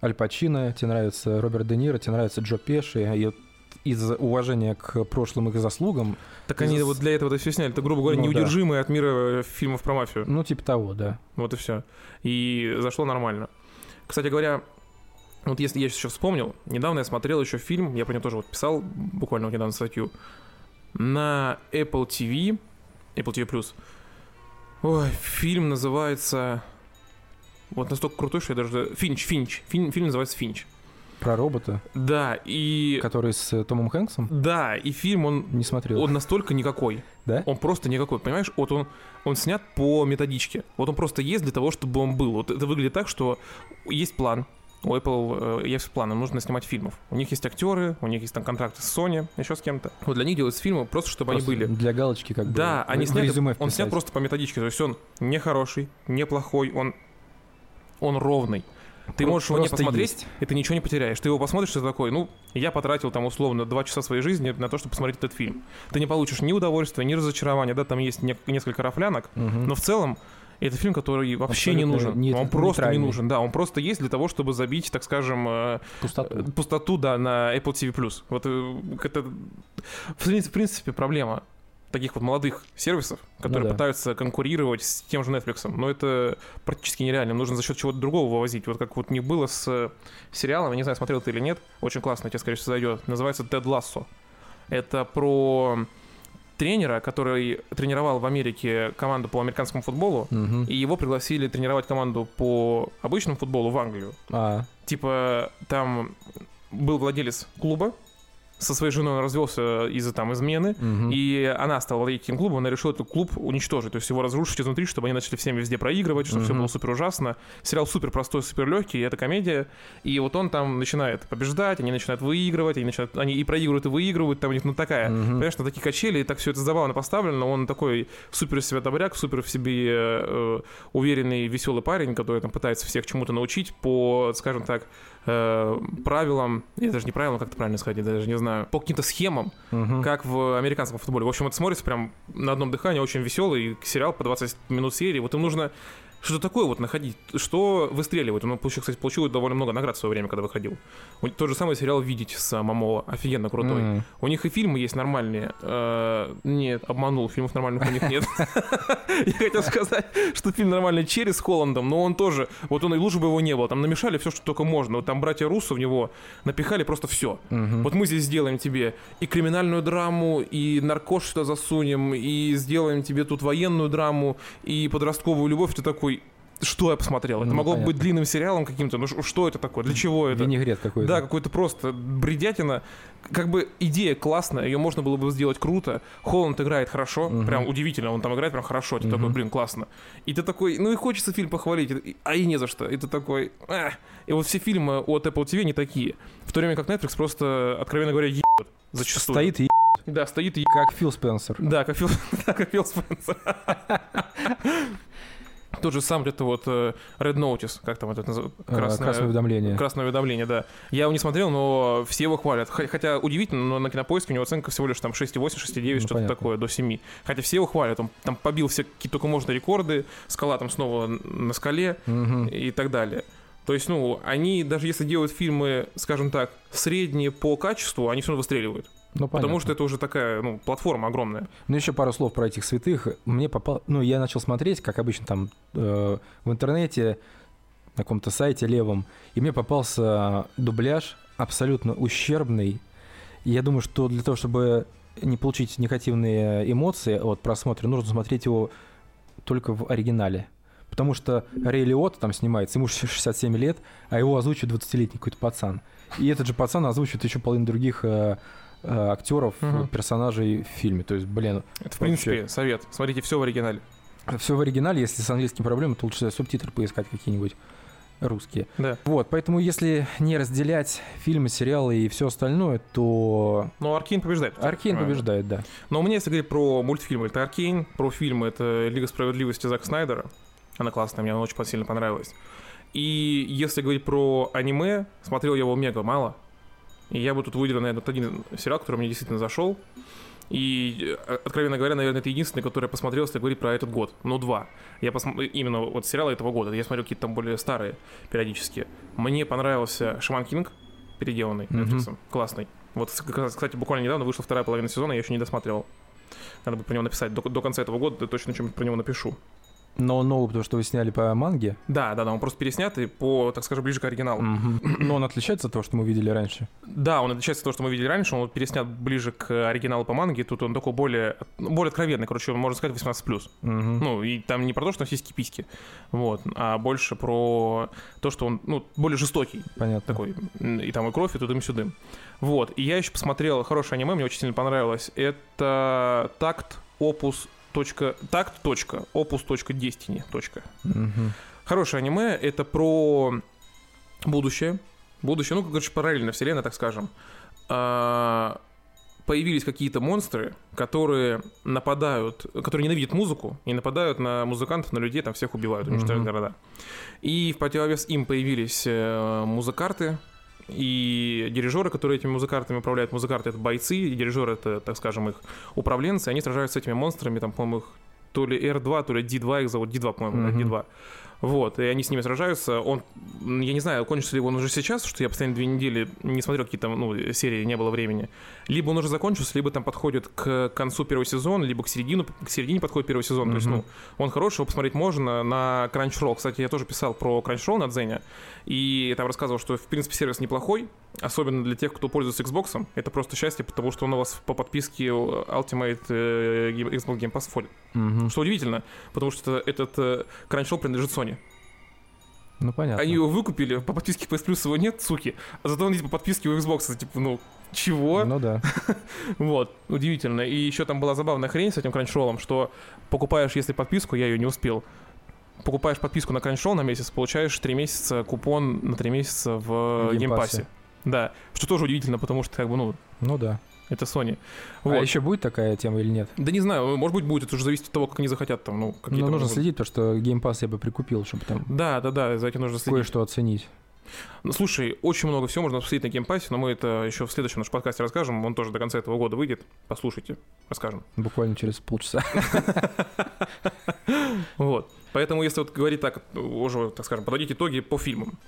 Speaker 2: Аль Пачино, тебе нравится Роберт Де Ниро, тебе нравится Джо Пеши, и вот из уважения к прошлым их заслугам,
Speaker 1: Так
Speaker 2: Из-
Speaker 1: они вот для этого это все сняли. Это, грубо говоря,
Speaker 2: Ну да.
Speaker 1: неудержимые от мира э, фильмов про мафию.
Speaker 2: ну типа того, да.
Speaker 1: Вот и все. И зашло нормально. Кстати говоря, вот если я еще вспомнил, недавно я смотрел еще фильм, я про него тоже вот писал буквально вот недавно статью, на Apple TV, Apple TV+. Ой, фильм называется... Вот настолько крутой, что я даже... Финч, Финч. Фильм, фильм называется Финч.
Speaker 2: Про робота,
Speaker 1: Да, и...
Speaker 2: который с э, Томом Хэнксом
Speaker 1: Да, и фильм, он,
Speaker 2: не смотрел,
Speaker 1: он настолько никакой.
Speaker 2: да?
Speaker 1: Он просто никакой, понимаешь? Вот он, он снят по методичке. Вот он просто есть для того, чтобы он был. Вот это выглядит так, что есть план. У Apple э, есть план, им нужно снимать фильмов. У них есть актеры, у них есть там контракты с Sony, еще с кем-то. Вот для них делаются фильмы просто, чтобы
Speaker 2: Просто
Speaker 1: они были.
Speaker 2: Для галочки как бы.
Speaker 1: Да,
Speaker 2: в-
Speaker 1: они
Speaker 2: в
Speaker 1: сняты,
Speaker 2: резюме
Speaker 1: он снят
Speaker 2: вписать.
Speaker 1: просто по методичке. То есть он не хороший, не плохой, он, он ровный. Ты
Speaker 2: Про-
Speaker 1: можешь его не
Speaker 2: просто
Speaker 1: посмотреть,
Speaker 2: есть.
Speaker 1: и ты ничего не потеряешь. Ты его посмотришь, ты такой, ну, я потратил там условно два часа своей жизни на то, чтобы посмотреть этот фильм. Ты не получишь ни удовольствия, ни разочарования, да, там есть не- несколько рафлянок,
Speaker 2: Мгм.
Speaker 1: но в целом это фильм, который вообще не
Speaker 2: Абсолютно
Speaker 1: нужен.
Speaker 2: не-
Speaker 1: он просто не
Speaker 2: нейтральный.
Speaker 1: нужен, да, он просто есть для того, чтобы забить, так скажем, э,
Speaker 2: Пустоту.
Speaker 1: э, пустоту, да, на Apple TV+. Вот э, это, в прин- в принципе, проблема таких вот молодых сервисов, которые
Speaker 2: да.
Speaker 1: пытаются конкурировать с тем же Netflix. Но это практически нереально. Нужно за счет чего-то другого вывозить. Вот как вот не было с э, сериалом, я не знаю, смотрел ты или нет, очень классно, тебе, скорее всего, зайдет. Называется «Тед Лассо». Это про тренера, который тренировал в Америке команду по американскому футболу,
Speaker 2: Мгм.
Speaker 1: и его пригласили тренировать команду по обычному футболу в Англию
Speaker 2: А,
Speaker 1: типа там был владелец клуба, со своей женой он развелся из-за там измены,
Speaker 2: мгм.
Speaker 1: и она стала владеть этим клубом, она решила этот клуб уничтожить, то есть его разрушить изнутри, чтобы они начали всем везде проигрывать, чтобы все
Speaker 2: Мгм.
Speaker 1: было супер ужасно. Сериал супер простой, супер легкий, это комедия, и вот он там начинает побеждать, они начинают выигрывать, они начинают, они и проигрывают, и выигрывают, там у них ну такая.
Speaker 2: Мгм.
Speaker 1: Понимаешь, на такие качели, и так все это забавно поставлено. Он такой супер из себя добряк, супер в себе э, уверенный, веселый парень, который там пытается всех чему-то научить по, скажем так, э, правилам, я даже не правилам, как это правильно сказать, я даже не знаю, по каким-то схемам,
Speaker 2: Мгм.
Speaker 1: как в американском футболе. В общем, это смотрится прям на одном дыхании, очень веселый сериал по 20 минут серии. Вот им нужно что-то такое вот находить, что выстреливает. Он, получил, кстати, получил довольно много наград в свое время, когда выходил. У- Тот же самый сериал «Видеть» с Мамола, офигенно крутой.
Speaker 2: М.
Speaker 1: У них и фильмы есть нормальные. Э, Нет, обманул, фильмов нормальных у них нет. Я хотел сказать, что фильм нормальный Черри с Холландом, но он тоже, вот он и лучше бы его не было. Там намешали все, что только можно. Вот там братья Руссо в него напихали просто все.
Speaker 2: Мгм.
Speaker 1: Вот мы здесь сделаем тебе и криминальную драму, и наркош что засунем, и сделаем тебе тут военную драму, и подростковую любовь. Ты такой, что я посмотрел? Это
Speaker 2: Ну,
Speaker 1: могло бы
Speaker 2: понятно.
Speaker 1: быть длинным сериалом каким-то. Ну ш- что это такое? Для чего это?
Speaker 2: Винегрет какой-то.
Speaker 1: Да, какой-то просто бредятина. Как бы идея классная, ее можно было бы сделать круто. Холланд играет хорошо,
Speaker 2: Мгм.
Speaker 1: прям удивительно, он там играет прям хорошо. Ты
Speaker 2: Мгм.
Speaker 1: такой, блин, классно. И ты такой, ну и хочется фильм похвалить, и- а и не за что. И ты такой, «Эх». И вот все фильмы от Apple TV не такие. В то время как Netflix просто, откровенно говоря, ебет зачастую.
Speaker 2: Стоит и
Speaker 1: Да, стоит и е-
Speaker 2: как Фил Спенсер.
Speaker 1: Да, как Фил, да, как Фил Спенсер. Тот же сам это вот э, Red Notice, как там это называется?
Speaker 2: Э, Красное, уведомление.
Speaker 1: Красное уведомление, да. Я его не смотрел, но все его хвалят. Хо- Хотя удивительно, но на кинопоиске у него оценка всего лишь там 6,8, 6,9,
Speaker 2: Ну,
Speaker 1: что-то
Speaker 2: понятно.
Speaker 1: такое, до 7. Хотя все его хвалят. Он там побил все какие только можно рекорды, скала там снова на скале
Speaker 2: Мгм.
Speaker 1: и так далее. То есть, ну, они, даже если делают фильмы, скажем так, средние по качеству, они все равно выстреливают.
Speaker 2: Ну,
Speaker 1: Потому
Speaker 2: понятно.
Speaker 1: что это уже такая, ну, платформа огромная.
Speaker 2: Ну, еще пару слов про этих святых. Мне попал... Ну, я начал смотреть, как обычно, там э, в интернете на каком-то сайте левом, и мне попался дубляж абсолютно ущербный. И я думаю, что для того, чтобы не получить негативные эмоции от просмотра, нужно смотреть его только в оригинале. Потому что Рэй Лиот там снимается, ему 67 лет, а его озвучивает 20-летний какой-то пацан. И этот же пацан озвучивает еще половину других э, э, актеров,
Speaker 1: Мгм.
Speaker 2: персонажей в фильме. То есть, блин,
Speaker 1: Это, в принципе, совет. Смотрите все в оригинале.
Speaker 2: все в оригинале, если с английским проблемы, то лучше субтитры поискать какие-нибудь русские.
Speaker 1: Да.
Speaker 2: Вот, поэтому если не разделять фильмы, сериалы и все остальное, то
Speaker 1: Но Аркейн побеждает.
Speaker 2: Аркейн
Speaker 1: Правильно.
Speaker 2: побеждает, да.
Speaker 1: Но мне, если говорить про мультфильмы, это Аркейн, про фильмы, это Лига справедливости Зака Снайдера. Она классная, мне она очень сильно понравилась. И если говорить про аниме, смотрел я его мега мало. И я бы тут выделил, наверное, вот один сериал, который мне действительно зашел. И, э, откровенно говоря, наверное, это единственный, который я посмотрел, если говорить про этот год. Ну, два. Я посмотрел именно вот сериалы этого года. Я смотрю какие-то там более старые периодически. Мне понравился Шаман Кинг, переделанный
Speaker 2: Мгм.
Speaker 1: Netflix. Классный. Вот, с- как раз, кстати, буквально недавно вышла вторая половина сезона, я еще не досматривал. Надо будет про него написать. До, до конца этого года я точно что-нибудь про него напишу.
Speaker 2: Но он новый, потому что вы сняли по манге.
Speaker 1: Да, да, да, он просто переснят и по, так скажем, ближе к оригиналу.
Speaker 2: Но он отличается от того, что мы видели раньше.
Speaker 1: Да, он отличается от того, что мы видели раньше, он вот переснят ближе к оригиналу по манге, тут он такой более, ну, более откровенный, короче, можно сказать, 18+.
Speaker 2: Мгм.
Speaker 1: Ну, и там не про то, что там сиськи-письки, вот, а больше про то, что он, ну, более жестокий
Speaker 2: Понятно.
Speaker 1: такой, м, и там и кровь, и тут им сюдым. Вот, и я еще посмотрел хорошее аниме, мне очень сильно понравилось, это такт опус точка, такт точка, опус точка Destiny точка.
Speaker 2: Мгм.
Speaker 1: Хорошее аниме — это про будущее. Будущее, ну, короче, параллельно вселенная, так скажем. А, Появились какие-то монстры, которые нападают, которые ненавидят музыку и нападают на музыкантов, на людей, там всех убивают, уничтожают
Speaker 2: Мгм.
Speaker 1: города. И в противовес им появились э, музыкарты и дирижеры, которые этими музыкартами управляют. Музыкарты — это бойцы, и дирижеры — это, так скажем, их управленцы. Они сражаются с этими монстрами, там, по-моему, их то ли R2, то ли D2 их зовут, D2, по-моему, да,
Speaker 2: Мгм.
Speaker 1: D2. Вот, и они с ними сражаются. Он, м, я не знаю, кончится ли он уже сейчас, что я постоянно две недели не смотрел какие-то ну, серии, не было времени. Либо он уже закончился, либо там подходит к концу первого сезона, либо к середину, к середине подходит первый сезон. То есть,
Speaker 2: Мгм.
Speaker 1: ну, он хороший, его посмотреть можно на Crunchyroll. Кстати, я тоже писал про Crunchyroll на Дзене, и там рассказывал, что, в принципе, сервис неплохой, особенно для тех, кто пользуется Xbox. Это просто счастье, потому что он у вас по подписке Ultimate э, Game- Xbox Game Pass входит.
Speaker 2: Мгм.
Speaker 1: Что удивительно, потому что это- этот э, Crunchyroll принадлежит Sony.
Speaker 2: Ну, понятно.
Speaker 1: Они его выкупили, по подписке PS Plus его нет, суки. А зато он есть по подписке у Xbox. Типа, ну, чего?
Speaker 2: Ну да.
Speaker 1: Вот, удивительно. И еще там была забавная хрень с этим Crunchyroll, что покупаешь, если подписку, я ее не успел, покупаешь подписку на Crunchyroll на месяц, получаешь 3 месяца купон на 3 месяца в
Speaker 2: В геймпассе.
Speaker 1: геймпассе. Да, что тоже удивительно, потому что, как бы, ну,
Speaker 2: Ну да.
Speaker 1: это Sony.
Speaker 2: А
Speaker 1: Вот.
Speaker 2: еще будет такая тема или нет?
Speaker 1: Да не знаю, может быть, будет, это уже зависит от того, как они захотят там, ну, какие-то...
Speaker 2: Но нужно
Speaker 1: может быть.
Speaker 2: следить, потому что геймпас я бы прикупил, чтобы там
Speaker 1: Да, да, да, за этим нужно следить.
Speaker 2: кое-что оценить.
Speaker 1: Ну, слушай, очень много всего можно обсудить на геймпассе, но мы это еще в следующем нашем подкасте расскажем. Он тоже до конца этого года выйдет. Послушайте, расскажем.
Speaker 2: Буквально через полчаса.
Speaker 1: Вот. Поэтому, если вот говорить так, уже, так скажем, подводить итоги по фильмам.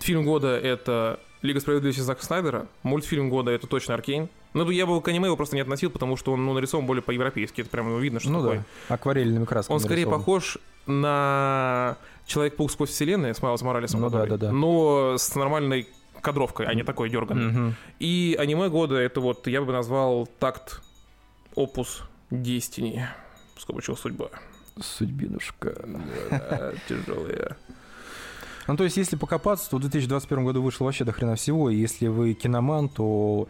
Speaker 1: Фильм года — это «Лига справедливости» Зака Снайдера. Мультфильм года — это точно «Аркейн». Ну, я бы к аниме его просто не относил, потому что он ну, нарисован более по-европейски. Это прям ну, видно, что
Speaker 2: Ну
Speaker 1: такое.
Speaker 2: да. Акварельными красками.
Speaker 1: Он скорее
Speaker 2: нарисован.
Speaker 1: похож на «Человек-паук сквозь вселенную» с Майлз Моралесом.
Speaker 2: Ну да,
Speaker 1: который,
Speaker 2: да, да.
Speaker 1: Но с нормальной кадровкой, а не такой дерганой.
Speaker 2: Мгм.
Speaker 1: И аниме года это вот я бы назвал такт опус Destiny. В скобочках судьба.
Speaker 2: Судьбинушка.
Speaker 1: Тяжелая.
Speaker 2: Ну, то есть, если покопаться, то в 2021 году вышло вообще до хрена всего, и если вы киноман, то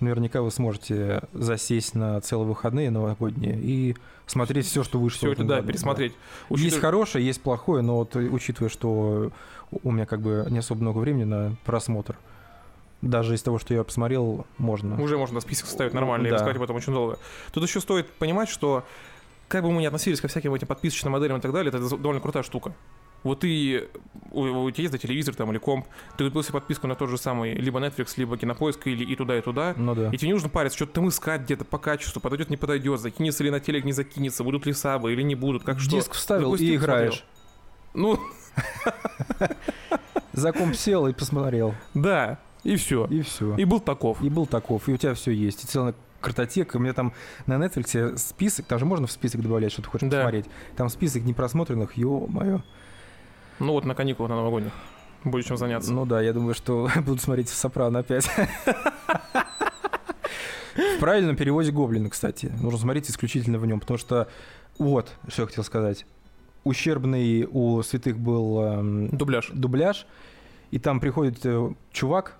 Speaker 2: наверняка вы сможете засесть на целые выходные новогодние и смотреть все, что вышло.
Speaker 1: Все
Speaker 2: в
Speaker 1: это,
Speaker 2: этом
Speaker 1: да,
Speaker 2: году,
Speaker 1: пересмотреть.
Speaker 2: Есть
Speaker 1: Учитывая-
Speaker 2: хорошее, есть плохое, но вот, э, учитывая, что у меня как бы не особо много времени на просмотр, даже из того, что я посмотрел, можно.
Speaker 1: Уже можно список составить нормальный, и
Speaker 2: Да.
Speaker 1: рассказать об этом очень долго. Тут еще стоит понимать, что как бы мы ни относились ко всяким этим подписочным моделям и так далее, это довольно крутая штука. Вот ты, у, у тебя есть да, телевизор там или комп, ты купил себе подписку на тот же самый либо Netflix, либо Кинопоиск, или и туда, и туда,
Speaker 2: Ну да.
Speaker 1: И тебе не нужно париться, что-то там искать где-то по качеству, подойдет, не подойдет, закинется ли на телек, не закинется, будут ли сабы или не будут, как что.
Speaker 2: Диск вставил
Speaker 1: Запустил,
Speaker 2: и играешь.
Speaker 1: Ну,
Speaker 2: За комп сел и посмотрел.
Speaker 1: да, и все.
Speaker 2: И все.
Speaker 1: И был таков.
Speaker 2: И был таков, и у тебя все есть. И целая картотека. У меня там на Netflix список, там же можно в список добавлять, что ты хочешь
Speaker 1: Да.
Speaker 2: посмотреть. Там список непросмотренных, ё-моё.
Speaker 1: Ну вот на каникулах на новогодних. Будет чем заняться.
Speaker 2: Ну да, я думаю, что буду смотреть «Сопрано» опять. В правильном переводе «Гоблина», кстати. Нужно смотреть исключительно в нем, потому что... Вот, что я хотел сказать. Ущербный у святых был эм,
Speaker 1: Дубляж.
Speaker 2: дубляж, и там приходит э, чувак,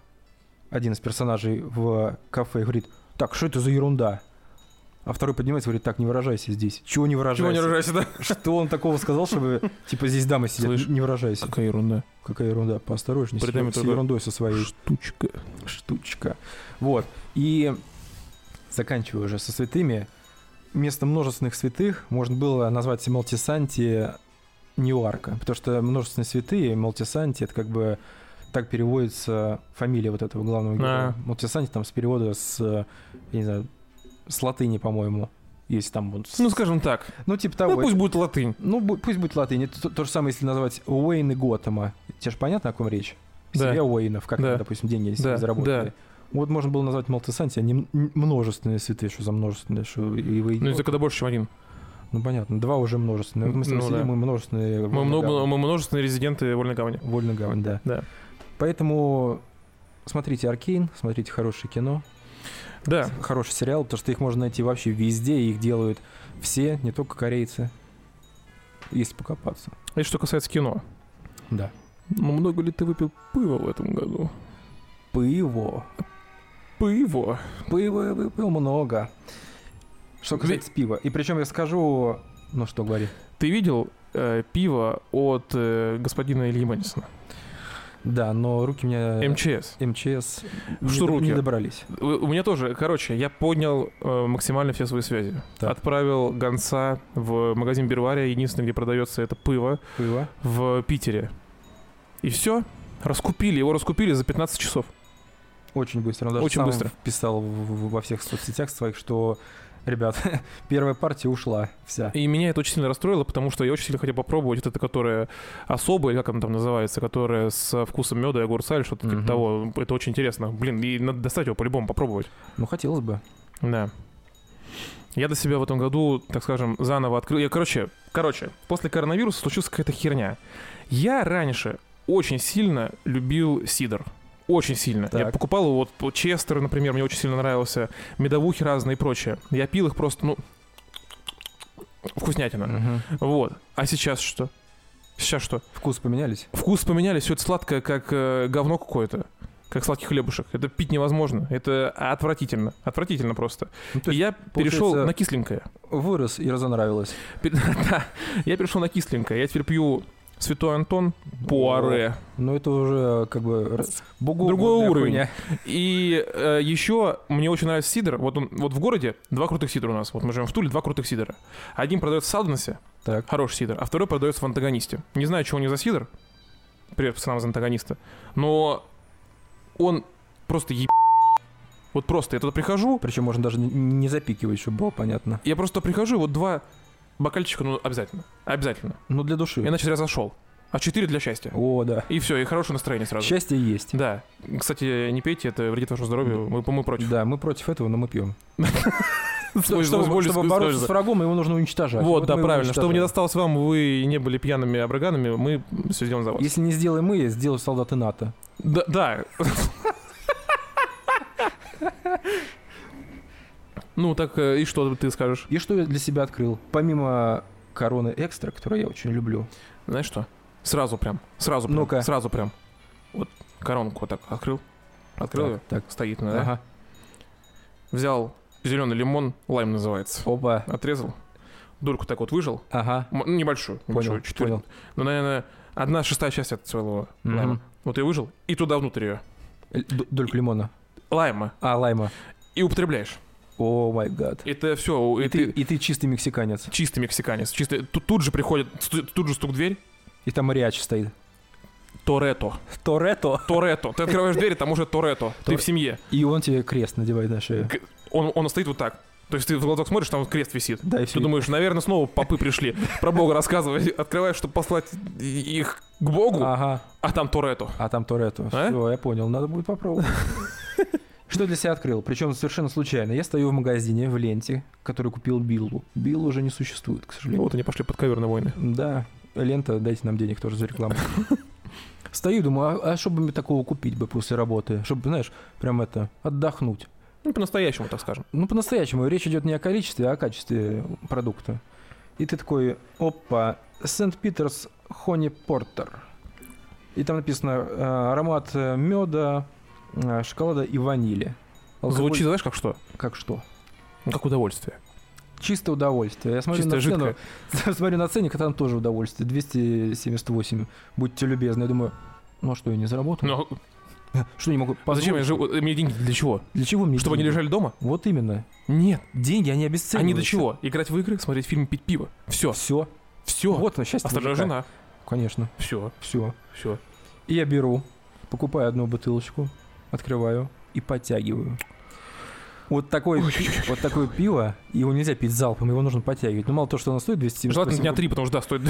Speaker 2: один из персонажей в кафе, и говорит, так, что это за ерунда? А второй поднимается и говорит, так, не выражайся здесь. Чего не выражайся?
Speaker 1: Чего не рожайся, да?
Speaker 2: Что он такого сказал, чтобы, типа, здесь дамы сидят,
Speaker 1: Слышь, А
Speaker 2: не выражайся.
Speaker 1: Какая ерунда.
Speaker 2: Какая ерунда, поосторожнее, с,
Speaker 1: При этом
Speaker 2: ерун- с
Speaker 1: это-
Speaker 2: ерундой со своей
Speaker 1: Штучка.
Speaker 2: штучка. Вот. И заканчиваю уже со святыми. Вместо множественных святых можно было назвать Малтисанти Ньюарка, потому что множественные святые, Малтисанти, это как бы так переводится фамилия вот этого главного героя.
Speaker 1: Да.
Speaker 2: Малтисанти там с перевода с, я не знаю, с латыни, по-моему, если там вот... с-
Speaker 1: Ну, скажем так.
Speaker 2: ну, типа того.
Speaker 1: Ну, пусть будет латынь.
Speaker 2: Ну, бу- пусть будет латынь. Это то, то же самое, если назвать Уэйн и Готэма. Тебе же понятно, о ком речь?
Speaker 1: Да.
Speaker 2: Семья Уэйнов, как
Speaker 1: Да.
Speaker 2: они, допустим, деньги себе
Speaker 1: Да,
Speaker 2: заработали.
Speaker 1: да.
Speaker 2: Вот можно было назвать Малтесанти, а не м- множественные святые, что за множественные, что и вы...
Speaker 1: Ну, это когда больше, чем один.
Speaker 2: Ну, понятно, два уже множественные. Вот мы с
Speaker 1: Ну,
Speaker 2: тобой сидим,
Speaker 1: да.
Speaker 2: мы множественные.
Speaker 1: Мы, много, мы множественные резиденты Вольной Гавани.
Speaker 2: Вольно гавань, да.
Speaker 1: Да.
Speaker 2: Поэтому смотрите Аркейн, смотрите хорошее кино,
Speaker 1: Да.
Speaker 2: хороший сериал, потому что их можно найти вообще везде, и их делают все, не только корейцы. Если покопаться.
Speaker 1: И что касается кино.
Speaker 2: Да.
Speaker 1: Ну, много ли ты выпил пива в этом году?
Speaker 2: Пиво.
Speaker 1: Пиво.
Speaker 2: Пиво я выпил много. Что касается пива. И причем я скажу... Ну что, говори.
Speaker 1: Ты видел э, пиво от э, господина Ильи Мадисона?
Speaker 2: Да, но руки у меня...
Speaker 1: МЧС.
Speaker 2: МЧС не,
Speaker 1: Что
Speaker 2: до-
Speaker 1: руки?
Speaker 2: не добрались.
Speaker 1: У у меня тоже, короче, я поднял э, максимально все свои связи.
Speaker 2: Так.
Speaker 1: Отправил гонца в магазин Бирвария, единственное, где продается это пиво,
Speaker 2: Пиво.
Speaker 1: в Питере. И все. Раскупили, его раскупили за 15 часов.
Speaker 2: Очень быстро. Он даже
Speaker 1: Очень
Speaker 2: сам
Speaker 1: быстро.
Speaker 2: писал в- в- во всех соцсетях своих, что, ребят, первая партия ушла вся.
Speaker 1: И меня это очень сильно расстроило, потому что я очень сильно хотел попробовать вот это, которое особое, или как оно там называется, которое с вкусом меда и огурца или что-то типа
Speaker 2: Мгм.
Speaker 1: того. Это очень интересно. Блин, и надо достать его по-любому, попробовать.
Speaker 2: Ну, хотелось бы.
Speaker 1: Да. Я для себя в этом году, так скажем, заново открыл. Я, короче, короче, после коронавируса случилась какая-то херня. Я раньше очень сильно любил сидр. Очень сильно. Я
Speaker 2: Так.
Speaker 1: покупал его, вот по- Честер, например, мне очень сильно нравился, медовухи разные и прочее. Я пил их просто, ну, вкуснятина.
Speaker 2: Мгм.
Speaker 1: Вот. А сейчас что? Сейчас что?
Speaker 2: Вкус поменялись?
Speaker 1: Вкус поменяли, все это сладкое, как э, говно какое-то. Как сладкий хлебушек. Это пить невозможно. Это отвратительно. Отвратительно просто.
Speaker 2: Ну, то
Speaker 1: И
Speaker 2: есть
Speaker 1: я перешел
Speaker 2: получается-
Speaker 1: на кисленькое.
Speaker 2: вырос и разонравилось.
Speaker 1: Пер- Да. Я перешел на кисленькое. Я теперь пью Святой Антон, Пуаре.
Speaker 2: Ну, это уже как бы... р- бугор
Speaker 1: Другой
Speaker 2: для
Speaker 1: уровень.
Speaker 2: хуйня.
Speaker 1: И э, еще мне очень нравится сидр. Вот, он, вот в городе два крутых сидра у нас. Вот мы живем в Туле, два крутых сидра. Один продается в Салденсе,
Speaker 2: Так.
Speaker 1: хороший сидр, а второй продается в антагонисте. Не знаю, что у них за сидр. Привет пацанам из антагониста. Но он просто еб... Вот просто я туда прихожу,
Speaker 2: Причем можно даже не- не запикивать, чтобы было понятно.
Speaker 1: я просто прихожу, и вот два бокальчика, ну, обязательно. Обязательно.
Speaker 2: Ну, для души.
Speaker 1: Иначе зря зашел. А четыре для счастья.
Speaker 2: О, да.
Speaker 1: И все, и хорошее настроение сразу.
Speaker 2: Счастье есть.
Speaker 1: Да. Кстати, не пейте, это вредит вашему здоровью. Мы, по-моему, против.
Speaker 2: Да, мы против этого, но мы пьем.
Speaker 1: Свой-
Speaker 2: чтобы,
Speaker 1: свой-
Speaker 2: чтобы
Speaker 1: свой-
Speaker 2: бороться
Speaker 1: свой-
Speaker 2: с врагом, его нужно уничтожать.
Speaker 1: Вот, да,
Speaker 2: мы его
Speaker 1: правильно. Чтобы не
Speaker 2: уничтожаем.
Speaker 1: досталось вам, вы не были пьяными обраганами, мы все сделаем за вас.
Speaker 2: Если не сделаем мы, сделают солдаты НАТО.
Speaker 1: Да, да. Ну, так э, и что ты скажешь?
Speaker 2: И что я для себя открыл? Помимо короны экстра, которую я очень люблю.
Speaker 1: Знаешь что? Сразу прям. Сразу прям.
Speaker 2: Ну-ка.
Speaker 1: Сразу прям. Вот коронку вот так открыл. Открыл ее.
Speaker 2: Так, так.
Speaker 1: Стоит, она, да?
Speaker 2: Ага.
Speaker 1: Взял зеленый лимон, лайм называется.
Speaker 2: Опа.
Speaker 1: Отрезал. Дурку так вот выжил.
Speaker 2: Ага.
Speaker 1: М- ну, небольшую.
Speaker 2: Понял,
Speaker 1: небольшую четверть.
Speaker 2: понял.
Speaker 1: Ну, наверное, одна шестая часть от своего
Speaker 2: Мгм.
Speaker 1: лайма. Вот я выжил, и туда внутрь ее.
Speaker 2: Л- Э, д- Дольку лимона.
Speaker 1: Лайма.
Speaker 2: А, лайма.
Speaker 1: И употребляешь.
Speaker 2: О май гад.
Speaker 1: Это все.
Speaker 2: И
Speaker 1: И
Speaker 2: ты,
Speaker 1: ты
Speaker 2: и ты чистый мексиканец.
Speaker 1: чистый мексиканец. Чистый. Тут, тут же приходит, сту- тут же стук в дверь.
Speaker 2: И там мариач стоит.
Speaker 1: Торето.
Speaker 2: Торето.
Speaker 1: Торето. Ты открываешь дверь, и там уже Торето. Ты
Speaker 2: Тор-
Speaker 1: в семье.
Speaker 2: И он тебе крест надевает на шею.
Speaker 1: Г- Он, он стоит вот так. То есть ты в глазок смотришь, там вот крест висит.
Speaker 2: Да, и все.
Speaker 1: Ты думаешь, наверное, снова попы пришли. Про Бога рассказывай. Открываешь, чтобы послать и- их к Богу, а,
Speaker 2: Ага.
Speaker 1: там Торето.
Speaker 2: А там Торетто.
Speaker 1: А?
Speaker 2: Все, я понял, надо будет попробовать. Что для себя открыл? Причем совершенно случайно. Я стою в магазине
Speaker 1: Ну
Speaker 2: в ленте, который купил Биллу. Билла уже не существует, к сожалению.
Speaker 1: Вот они пошли под коверные войны.
Speaker 2: Да. лента, дайте нам денег тоже за рекламу. Стою, думаю, а, а что бы мне такого купить бы после работы? Чтобы, знаешь, прям это, отдохнуть.
Speaker 1: Ну, по-настоящему, так скажем.
Speaker 2: Ну, по-настоящему, речь идет не о количестве, а о качестве продукта. И ты такой, опа, Сент-Питерс Хони Портер. И там написано э, аромат э, меда, э, шоколада и ванили. Алкоголь-
Speaker 1: Звучит, знаешь, как что?
Speaker 2: Как что?
Speaker 1: Ну, Как удовольствие.
Speaker 2: Чистое удовольствие. Я смотрю
Speaker 1: Чистое
Speaker 2: на цену,
Speaker 1: жидкое.
Speaker 2: смотрю на ценник, а там тоже удовольствие. 278, будьте любезны. Я думаю, ну а что, я не заработал?
Speaker 1: Ну,
Speaker 2: Что не могу
Speaker 1: а зачем я
Speaker 2: позволить?
Speaker 1: живу? Мне деньги для чего?
Speaker 2: Для чего мне
Speaker 1: Чтобы они
Speaker 2: деньги?
Speaker 1: лежали дома?
Speaker 2: Вот именно.
Speaker 1: Нет.
Speaker 2: Деньги, они обесцениваются.
Speaker 1: Они до чего? Играть в игры, смотреть фильм, пить пиво. Все.
Speaker 2: Все.
Speaker 1: Все.
Speaker 2: Вот на счастье.
Speaker 1: Осторожная
Speaker 2: мужика.
Speaker 1: жена.
Speaker 2: Конечно,
Speaker 1: Все.
Speaker 2: все.
Speaker 1: Все.
Speaker 2: И я беру, покупаю одну бутылочку, открываю и подтягиваю. Вот такое, пи- вот такое пиво, его нельзя пить залпом, его нужно подтягивать. Ну, мало то, что оно стоит 200
Speaker 1: Желательно дня три, потому что, да, стоит...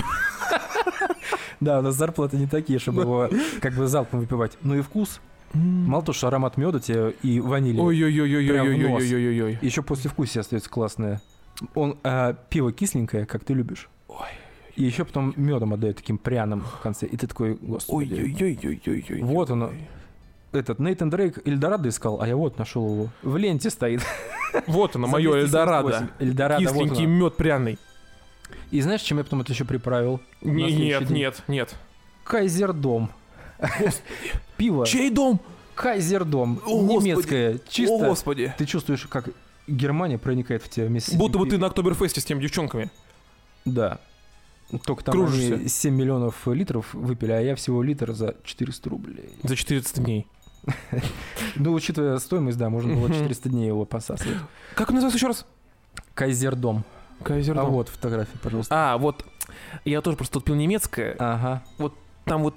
Speaker 2: Да, у нас зарплаты не такие, чтобы его как бы залпом выпивать. Ну и вкус. Мало то, что аромат меда тебе и ванили.
Speaker 1: Ой-ой-ой-ой-ой-ой-ой-ой-ой.
Speaker 2: Еще после вкуса остается классное. Он а, пиво кисленькое, как ты любишь.
Speaker 1: Ой.
Speaker 2: И еще потом медом отдает таким пряным в конце. И ты такой, господи.
Speaker 1: Ой-ой-ой-ой-ой-ой.
Speaker 2: Вот оно. Этот Нейтан Дрейк Эльдорадо искал, а я вот нашел его. В ленте стоит.
Speaker 1: Вот оно, мое Эльдорадо.
Speaker 2: 278. Эльдорадо, вот
Speaker 1: Кисленький
Speaker 2: оно.
Speaker 1: мед пряный.
Speaker 2: И знаешь, чем я потом это еще приправил? На
Speaker 1: Не-
Speaker 2: следующий
Speaker 1: Нет,
Speaker 2: день.
Speaker 1: нет, нет.
Speaker 2: Кайзердом. Пиво.
Speaker 1: Чей дом?
Speaker 2: Кайзердом.
Speaker 1: О, Господи.
Speaker 2: Немецкое.
Speaker 1: О,
Speaker 2: Чисто.
Speaker 1: господи.
Speaker 2: Ты чувствуешь, как Германия проникает в тебя вместе с
Speaker 1: Будто бы
Speaker 2: пи-
Speaker 1: ты на Октоберфесте с теми девчонками.
Speaker 2: Да. Только там
Speaker 1: Кружишься.
Speaker 2: они 7 миллионов литров выпили, а я всего литр за 400 рублей.
Speaker 1: За 14 дней.
Speaker 2: Ну, учитывая стоимость, да, можно было
Speaker 1: Мгм.
Speaker 2: 400 дней его посасывать.
Speaker 1: Как он называется еще раз?
Speaker 2: Кайзердом. А
Speaker 1: Кайзердом.
Speaker 2: вот фотография, пожалуйста.
Speaker 1: А, вот. Я тоже просто тут пил немецкое.
Speaker 2: Ага.
Speaker 1: Там вот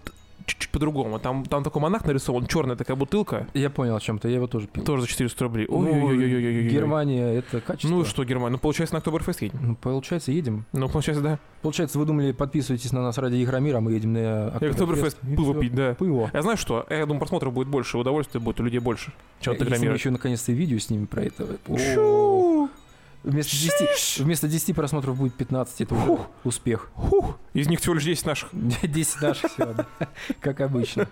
Speaker 1: чуть-чуть по-другому. Там, там такой монах нарисован, черная такая бутылка.
Speaker 2: Я понял, о чем ты. Я его тоже пил.
Speaker 1: Тоже за 400 рублей.
Speaker 2: Ну,
Speaker 1: Ой-ой-ой-ой-ой-ой.
Speaker 2: Германия это качество.
Speaker 1: Ну и что, Германия? Ну, получается, на Октоберфест едем.
Speaker 2: Ну, получается, едем.
Speaker 1: Ну, получается, да.
Speaker 2: Получается, вы думали, подписывайтесь на нас ради Игромира, а мы едем на
Speaker 1: Октоберфест
Speaker 2: и
Speaker 1: пиво
Speaker 2: всё.
Speaker 1: пить, да.
Speaker 2: Пиво.
Speaker 1: Я знаю, что. А Я думаю, просмотров будет больше, удовольствия будет у людей больше, чем от
Speaker 2: Э, Если мы
Speaker 1: Игромира.
Speaker 2: еще наконец-то видео снимем про это. О,
Speaker 1: Шу!
Speaker 2: Вместо 10, вместо 10 просмотров будет 15, это уже
Speaker 1: Фух.
Speaker 2: успех.
Speaker 1: Из них всего лишь 10 наших.
Speaker 2: 10 наших сегодня, как обычно.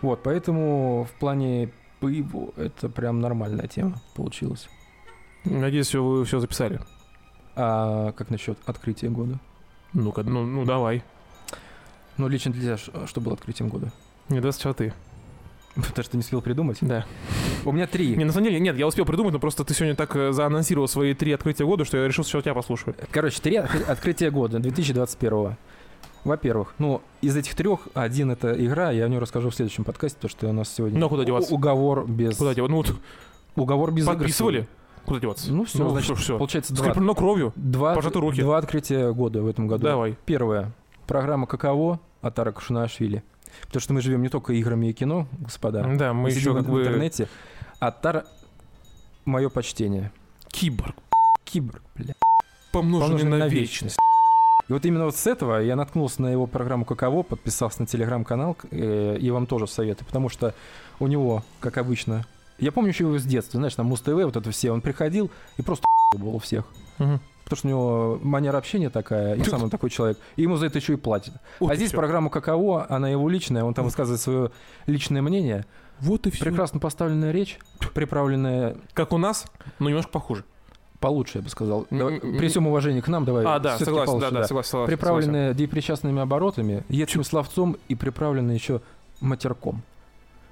Speaker 2: Вот, поэтому в плане пива это прям нормальная тема получилась.
Speaker 1: Надеюсь, всё вы все записали.
Speaker 2: А как насчет открытия года?
Speaker 1: Ну-ка, ну, ну давай.
Speaker 2: Ну, лично для тебя, ш- что было открытием года?
Speaker 1: Не 24 ты.
Speaker 2: Потому что не успел придумать.
Speaker 1: Да.
Speaker 2: У меня три.
Speaker 1: Не, на самом деле, нет, я успел придумать, но просто ты сегодня так э, заанонсировал свои три открытия года, что я решил сначала тебя послушаю.
Speaker 2: Короче, три откры- открытия года 2021. Во-первых, ну, из этих трех один это игра, я о ней расскажу в следующем подкасте, потому что у нас сегодня
Speaker 1: Ну, а куда деваться?
Speaker 2: у- уговор без...
Speaker 1: Куда деваться? Ну, вот
Speaker 2: Уговор без игр
Speaker 1: подписывали? Куда деваться?
Speaker 2: Ну, всё, значит,
Speaker 1: что ж, всё.
Speaker 2: Получается, два,
Speaker 1: Скреплено кровью?
Speaker 2: два,
Speaker 1: пожаты руки.
Speaker 2: два открытия года в этом году.
Speaker 1: Давай.
Speaker 2: Первое. Программа «Каково» от Тара Кушанашвили. Потому что мы живем не только играми и кино, господа.
Speaker 1: Да, мы еще
Speaker 2: сидим
Speaker 1: как
Speaker 2: в
Speaker 1: бы...
Speaker 2: интернете. А Тара... Мое почтение.
Speaker 1: Киборг,
Speaker 2: Киборг, бля.
Speaker 1: помноженный
Speaker 2: Помноженный
Speaker 1: на
Speaker 2: на
Speaker 1: вечность.
Speaker 2: И вот именно вот с этого я наткнулся на его программу «Каково», подписался на телеграм-канал, э, и вам тоже советую, потому что у него, как обычно... Я помню еще его с детства, знаешь, там Муз-ТВ, вот это все, он приходил и просто был у всех.
Speaker 1: Мгм.
Speaker 2: Потому что у него манера общения такая, и сам он такой человек. И ему за это еще и платят.
Speaker 1: Вот
Speaker 2: а
Speaker 1: и
Speaker 2: здесь
Speaker 1: всё.
Speaker 2: программа «Каково», она его личная, он там
Speaker 1: Вот.
Speaker 2: высказывает свое личное мнение.
Speaker 1: Вот и все.
Speaker 2: Прекрасно поставленная речь, приправленная
Speaker 1: Как у нас, но немножко похуже.
Speaker 2: получше, я бы сказал.
Speaker 1: М,
Speaker 2: Давай,
Speaker 1: м,
Speaker 2: При всем уважении к нам, давай.
Speaker 1: А, да,
Speaker 2: всё-таки
Speaker 1: согласен,
Speaker 2: паузу
Speaker 1: да,
Speaker 2: сюда.
Speaker 1: да, согласен, согласен. согласен.
Speaker 2: Приправленная депричастными оборотами, едким словцом и приправленная еще матерком.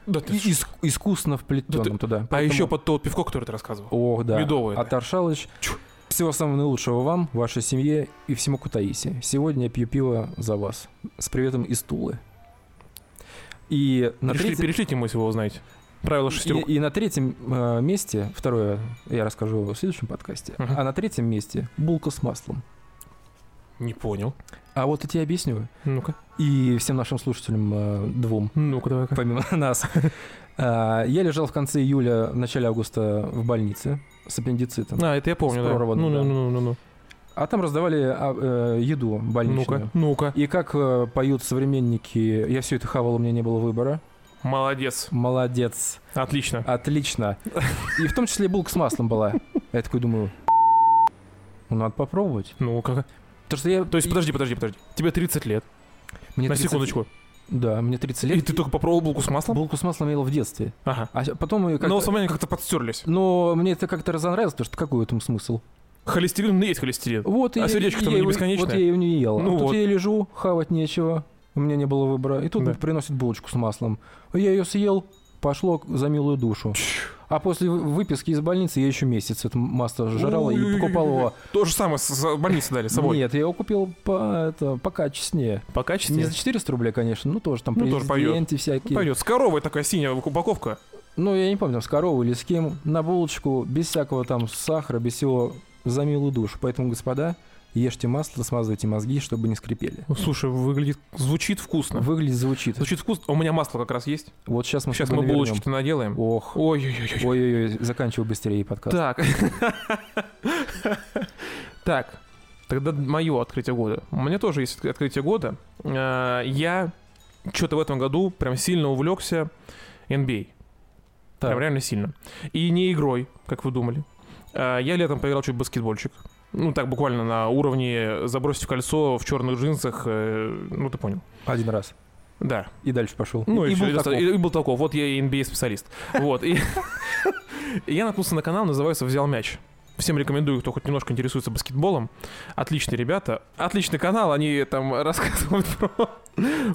Speaker 1: Да ты
Speaker 2: И
Speaker 1: ж-
Speaker 2: иск- искусно вплетенным туда.
Speaker 1: А еще
Speaker 2: Поэтому-
Speaker 1: под то пивко, которое ты рассказывал.
Speaker 2: Ох, да.
Speaker 1: Медовое.
Speaker 2: А Таршалыч,
Speaker 1: Чу.
Speaker 2: всего самого наилучшего вам, вашей семье и всему Кутаиси. Сегодня я пью пиво за вас. С приветом из Тулы. И на,
Speaker 1: Перешли-
Speaker 2: третьем,
Speaker 1: Перешлите ему, если вы его знаете. Правило шести рук.
Speaker 2: и, и на третьем э, месте, второе я расскажу в следующем подкасте,
Speaker 1: Мгм.
Speaker 2: а на третьем месте булка с маслом.
Speaker 1: Не понял.
Speaker 2: А вот я тебе объясню.
Speaker 1: Ну-ка.
Speaker 2: И всем нашим слушателям э, двум,
Speaker 1: Ну-ка, давай-ка.
Speaker 2: помимо нас. А, Я лежал в конце июля, в начале августа в больнице с аппендицитом.
Speaker 1: А, это я помню,
Speaker 2: С
Speaker 1: да.
Speaker 2: прорванным, да.
Speaker 1: Ну-ну-ну-ну.
Speaker 2: А там раздавали а, э, еду больничную.
Speaker 1: Ну-ка, ну-ка.
Speaker 2: И как э, поют современники, я все это хавал, у меня не было выбора.
Speaker 1: Молодец.
Speaker 2: Молодец, А-
Speaker 1: Отлично.
Speaker 2: отлично. И в том числе булка с маслом была. Я такой думаю, ну надо попробовать.
Speaker 1: Ну-ка.
Speaker 2: Потому что я...
Speaker 1: То есть, подожди, подожди, подожди. Тебе 30 лет.
Speaker 2: мне
Speaker 1: на
Speaker 2: 30
Speaker 1: секундочку.
Speaker 2: Да, мне 30
Speaker 1: И
Speaker 2: лет.
Speaker 1: ты только попробовал булку с маслом?
Speaker 2: Булку с маслом я ел в детстве.
Speaker 1: Ага.
Speaker 2: А с- потом ее как
Speaker 1: Но воспоминания как-то подстерлись.
Speaker 2: Но мне это как-то разонравилось, потому что какой в этом смысл?
Speaker 1: Холестерин, ну, есть холестерин.
Speaker 2: Вот
Speaker 1: А
Speaker 2: я-
Speaker 1: сердечко-то
Speaker 2: я
Speaker 1: не
Speaker 2: его-
Speaker 1: бесконечное?
Speaker 2: Вот я ее не ел.
Speaker 1: Ну
Speaker 2: а тут
Speaker 1: вот.
Speaker 2: я лежу, хавать нечего, у меня не было выбора. И тут
Speaker 1: Да.
Speaker 2: приносит булочку с маслом. Я ее съел, пошло к- за милую душу. А после вы- выписки из больницы я еще месяц это масло жрал и
Speaker 1: Ой-ой-ой-ой-ой.
Speaker 2: покупал его.
Speaker 1: То же самое с- с больницы дали с собой.
Speaker 2: Нет, я его купил по, это, покачественнее.
Speaker 1: По
Speaker 2: Не
Speaker 1: качеству.
Speaker 2: за 400 рублей, конечно, ну тоже там
Speaker 1: Ну, тоже пойдет.
Speaker 2: президенты всякие.
Speaker 1: Пойдет. С коровой такая синяя упаковка.
Speaker 2: Ну, я не помню, там, с коровой или с кем, на булочку, без всякого там сахара, без всего, за милую душу. Поэтому, господа, ешьте масло, смазывайте мозги, чтобы не скрипели.
Speaker 1: Ну, Слушай, выглядит, звучит вкусно.
Speaker 2: Выглядит, звучит.
Speaker 1: Звучит вкусно. У меня масло как раз есть.
Speaker 2: Вот сейчас мы с
Speaker 1: Сейчас
Speaker 2: тобой
Speaker 1: мы
Speaker 2: навернем.
Speaker 1: булочки-то наделаем.
Speaker 2: Ох,
Speaker 1: Ой-ой-ой.
Speaker 2: ой-ой-ой, заканчивай быстрее подкаст.
Speaker 1: Так. Так. Тогда мое открытие года. У меня тоже есть открытие года. Э, Я что-то в этом году прям сильно увлекся А. NBA.
Speaker 2: Так.
Speaker 1: Прям реально сильно. И не игрой, как вы думали. А, Я летом поиграл чуть в баскетбольчик. Ну, так буквально на уровне забросить в кольцо в черных джинсах. э, Ну, ты понял.
Speaker 2: Один раз.
Speaker 1: Да.
Speaker 2: И дальше пошел.
Speaker 1: Ну, и,
Speaker 2: был
Speaker 1: всё, и
Speaker 2: таков.
Speaker 1: и- и был таков. Вот я и NBA-специалист. Вот. И и я наткнулся на канал, называется «Взял мяч». Всем рекомендую, кто хоть немножко интересуется баскетболом. Отличные ребята. Отличный канал. Они там рассказывают про,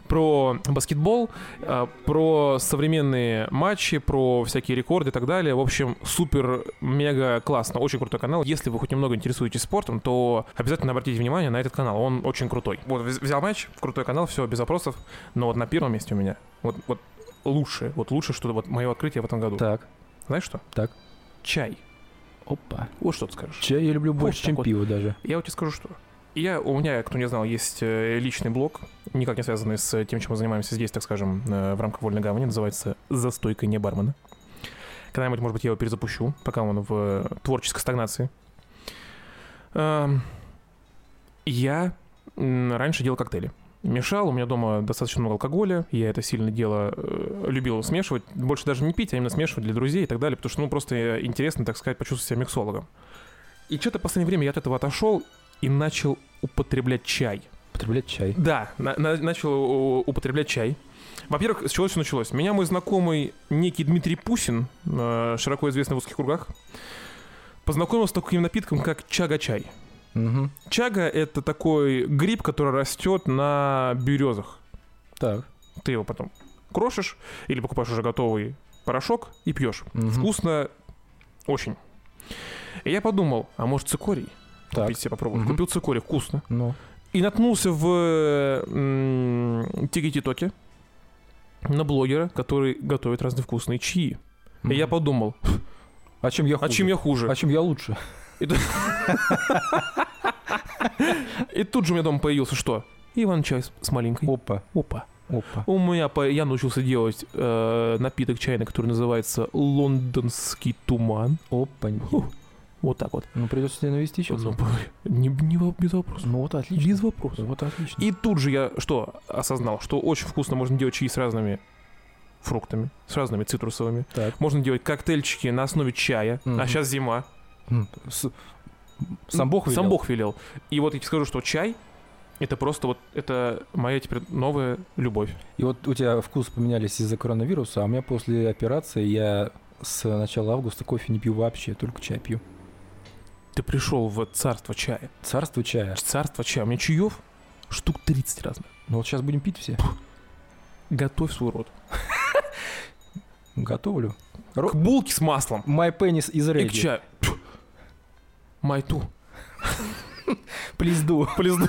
Speaker 1: про баскетбол, э, про современные матчи, про всякие рекорды и так далее. В общем, супер, мега классно. Очень крутой канал. Если вы хоть немного интересуетесь спортом, то обязательно обратите внимание на этот канал. Он очень крутой. Вот, вз- взял мяч, крутой канал, все, без вопросов. Но вот на первом месте у меня, вот, вот лучше, вот лучше, что вот мое открытие в этом году.
Speaker 2: Так,
Speaker 1: Знаешь что?
Speaker 2: Так.
Speaker 1: Чай.
Speaker 2: опа.
Speaker 1: Вот что ты скажешь.
Speaker 2: Чай я люблю больше,
Speaker 1: так
Speaker 2: чем
Speaker 1: вот.
Speaker 2: пиво даже.
Speaker 1: Я вот тебе скажу, что. Я, у меня, кто не знал, есть э, личный блог, никак не связанный с э, тем, чем мы занимаемся здесь, так скажем, э, в рамках вольной гавани, называется «За стойкой не бармена». Когда-нибудь, может быть, я его перезапущу, пока он в э, творческой стагнации. Эм, я м, раньше делал коктейли. Мешал, у меня дома достаточно много алкоголя, я это сильно дело э, любил смешивать, больше даже не пить, а именно смешивать для друзей и так далее, потому что, ну, просто э, интересно, так сказать, почувствовать себя миксологом. И что-то в последнее время я от этого отошел и начал употреблять чай.
Speaker 2: Потреблять чай.
Speaker 1: Да, на- на- начал у- употреблять чай. Во-первых, с чего все началось? Меня мой знакомый некий Дмитрий Пусин, э, широко известный в узких кругах, познакомился с таким напитком, как чага-чай.
Speaker 2: Мгм.
Speaker 1: Чага — это такой гриб, который растет на березах.
Speaker 2: Так.
Speaker 1: Ты его потом крошишь или покупаешь уже готовый порошок и пьешь.
Speaker 2: Мгм.
Speaker 1: Вкусно очень. И я подумал, а может цикорий?
Speaker 2: Так.
Speaker 1: Купить себе попробовать.
Speaker 2: Мгм.
Speaker 1: Купил цикорий, вкусно.
Speaker 2: Ну,
Speaker 1: И наткнулся в м, Тики-Титоке на блогера, который готовит разные вкусные чаи.
Speaker 2: мгм.
Speaker 1: И я подумал,
Speaker 2: А чем я
Speaker 1: а
Speaker 2: хуже?
Speaker 1: чем я хуже?
Speaker 2: А чем я лучше?
Speaker 1: И тут же у меня дома появился что? Иван чай с- с маленькой.
Speaker 2: Опа,
Speaker 1: Опа.
Speaker 2: опа.
Speaker 1: У меня по... я научился делать э, напиток чайный, который называется лондонский туман.
Speaker 2: Опа.
Speaker 1: Фу. Вот так вот.
Speaker 2: Ну, придется тебя навести сейчас.
Speaker 1: Ну, не, не во- без вопросов.
Speaker 2: Ну вот отлично.
Speaker 1: Без вопросов.
Speaker 2: Вот отлично.
Speaker 1: И тут же я что осознал, что очень вкусно можно делать чаи с разными фруктами, с разными цитрусовыми.
Speaker 2: Так.
Speaker 1: Можно делать коктейльчики на основе чая,
Speaker 2: Мгм.
Speaker 1: а сейчас зима.
Speaker 2: М, с- Сам Бог
Speaker 1: Сам
Speaker 2: велел?
Speaker 1: Бог велел. И вот я тебе скажу, что чай это просто вот, это моя теперь новая любовь.
Speaker 2: И вот у тебя вкус поменялись из-за коронавируса, а у меня после операции я с начала августа кофе не пью вообще, только чай пью.
Speaker 1: Ты пришел в царство чая.
Speaker 2: Царство чая.
Speaker 1: Царство чая. У меня чаев штук 30 разных.
Speaker 2: Ну вот сейчас будем пить все.
Speaker 1: Готовь свой рот.
Speaker 2: Готовлю.
Speaker 1: К булке с маслом.
Speaker 2: My penis is
Speaker 1: И к
Speaker 2: ready.
Speaker 1: чаю. Тьфу. Майту.
Speaker 2: Please do.
Speaker 1: Полезно.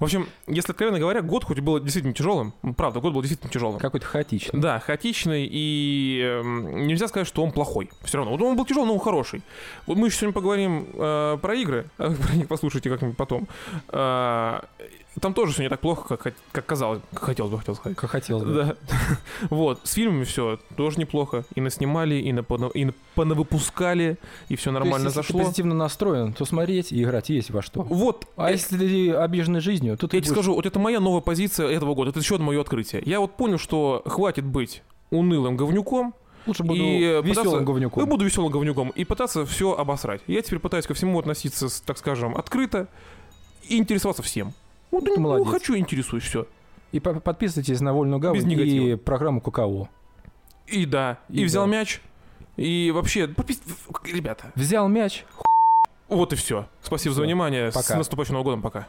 Speaker 1: В общем, если откровенно говоря, год хоть и был действительно тяжелым, ну, правда, год был действительно тяжелым.
Speaker 2: Какой-то хаотичный.
Speaker 1: Да, хаотичный, и эм, нельзя сказать, что он плохой. Все равно. Вот он был тяжелый, но он хороший. Вот мы еще сегодня поговорим э, про игры, а вы про них послушайте как-нибудь потом. Э, там тоже все не так плохо, как, хот- как казалось, как хотелось бы, хотел сказать.
Speaker 2: Как хотелось бы.
Speaker 1: Да. Вот, с фильмами все тоже неплохо. И наснимали, и, напона- и понавыпускали, и все
Speaker 2: То есть,
Speaker 1: нормально
Speaker 2: если ты
Speaker 1: зашло.
Speaker 2: позитивно настроен, то смотреть и играть есть во что.
Speaker 1: Вот.
Speaker 2: А если ты обиженный жизнью, то ты
Speaker 1: Я тебе
Speaker 2: будешь-
Speaker 1: скажу, вот это моя новая позиция этого года, это еще одно мое открытие. Я вот понял, что хватит быть унылым говнюком,
Speaker 2: Лучше буду
Speaker 1: И э, пытаться-
Speaker 2: веселым говнюком.
Speaker 1: Я буду веселым говнюком и пытаться все обосрать. Я теперь пытаюсь ко всему относиться, с- так скажем, открыто и интересоваться всем. Вот,
Speaker 2: Ты
Speaker 1: ну,
Speaker 2: молодец.
Speaker 1: хочу, интересуюсь, все.
Speaker 2: И по- подписывайтесь на Вольную Гавань и
Speaker 1: негатива.
Speaker 2: программу ККО.
Speaker 1: И да, и,
Speaker 2: И
Speaker 1: взял
Speaker 2: да.
Speaker 1: мяч, и вообще, подпис- Ребята,
Speaker 2: Взял мяч,
Speaker 1: вот и все. Спасибо за
Speaker 2: Всё.
Speaker 1: внимание. С
Speaker 2: Пока.
Speaker 1: наступающим Новым годом, пока.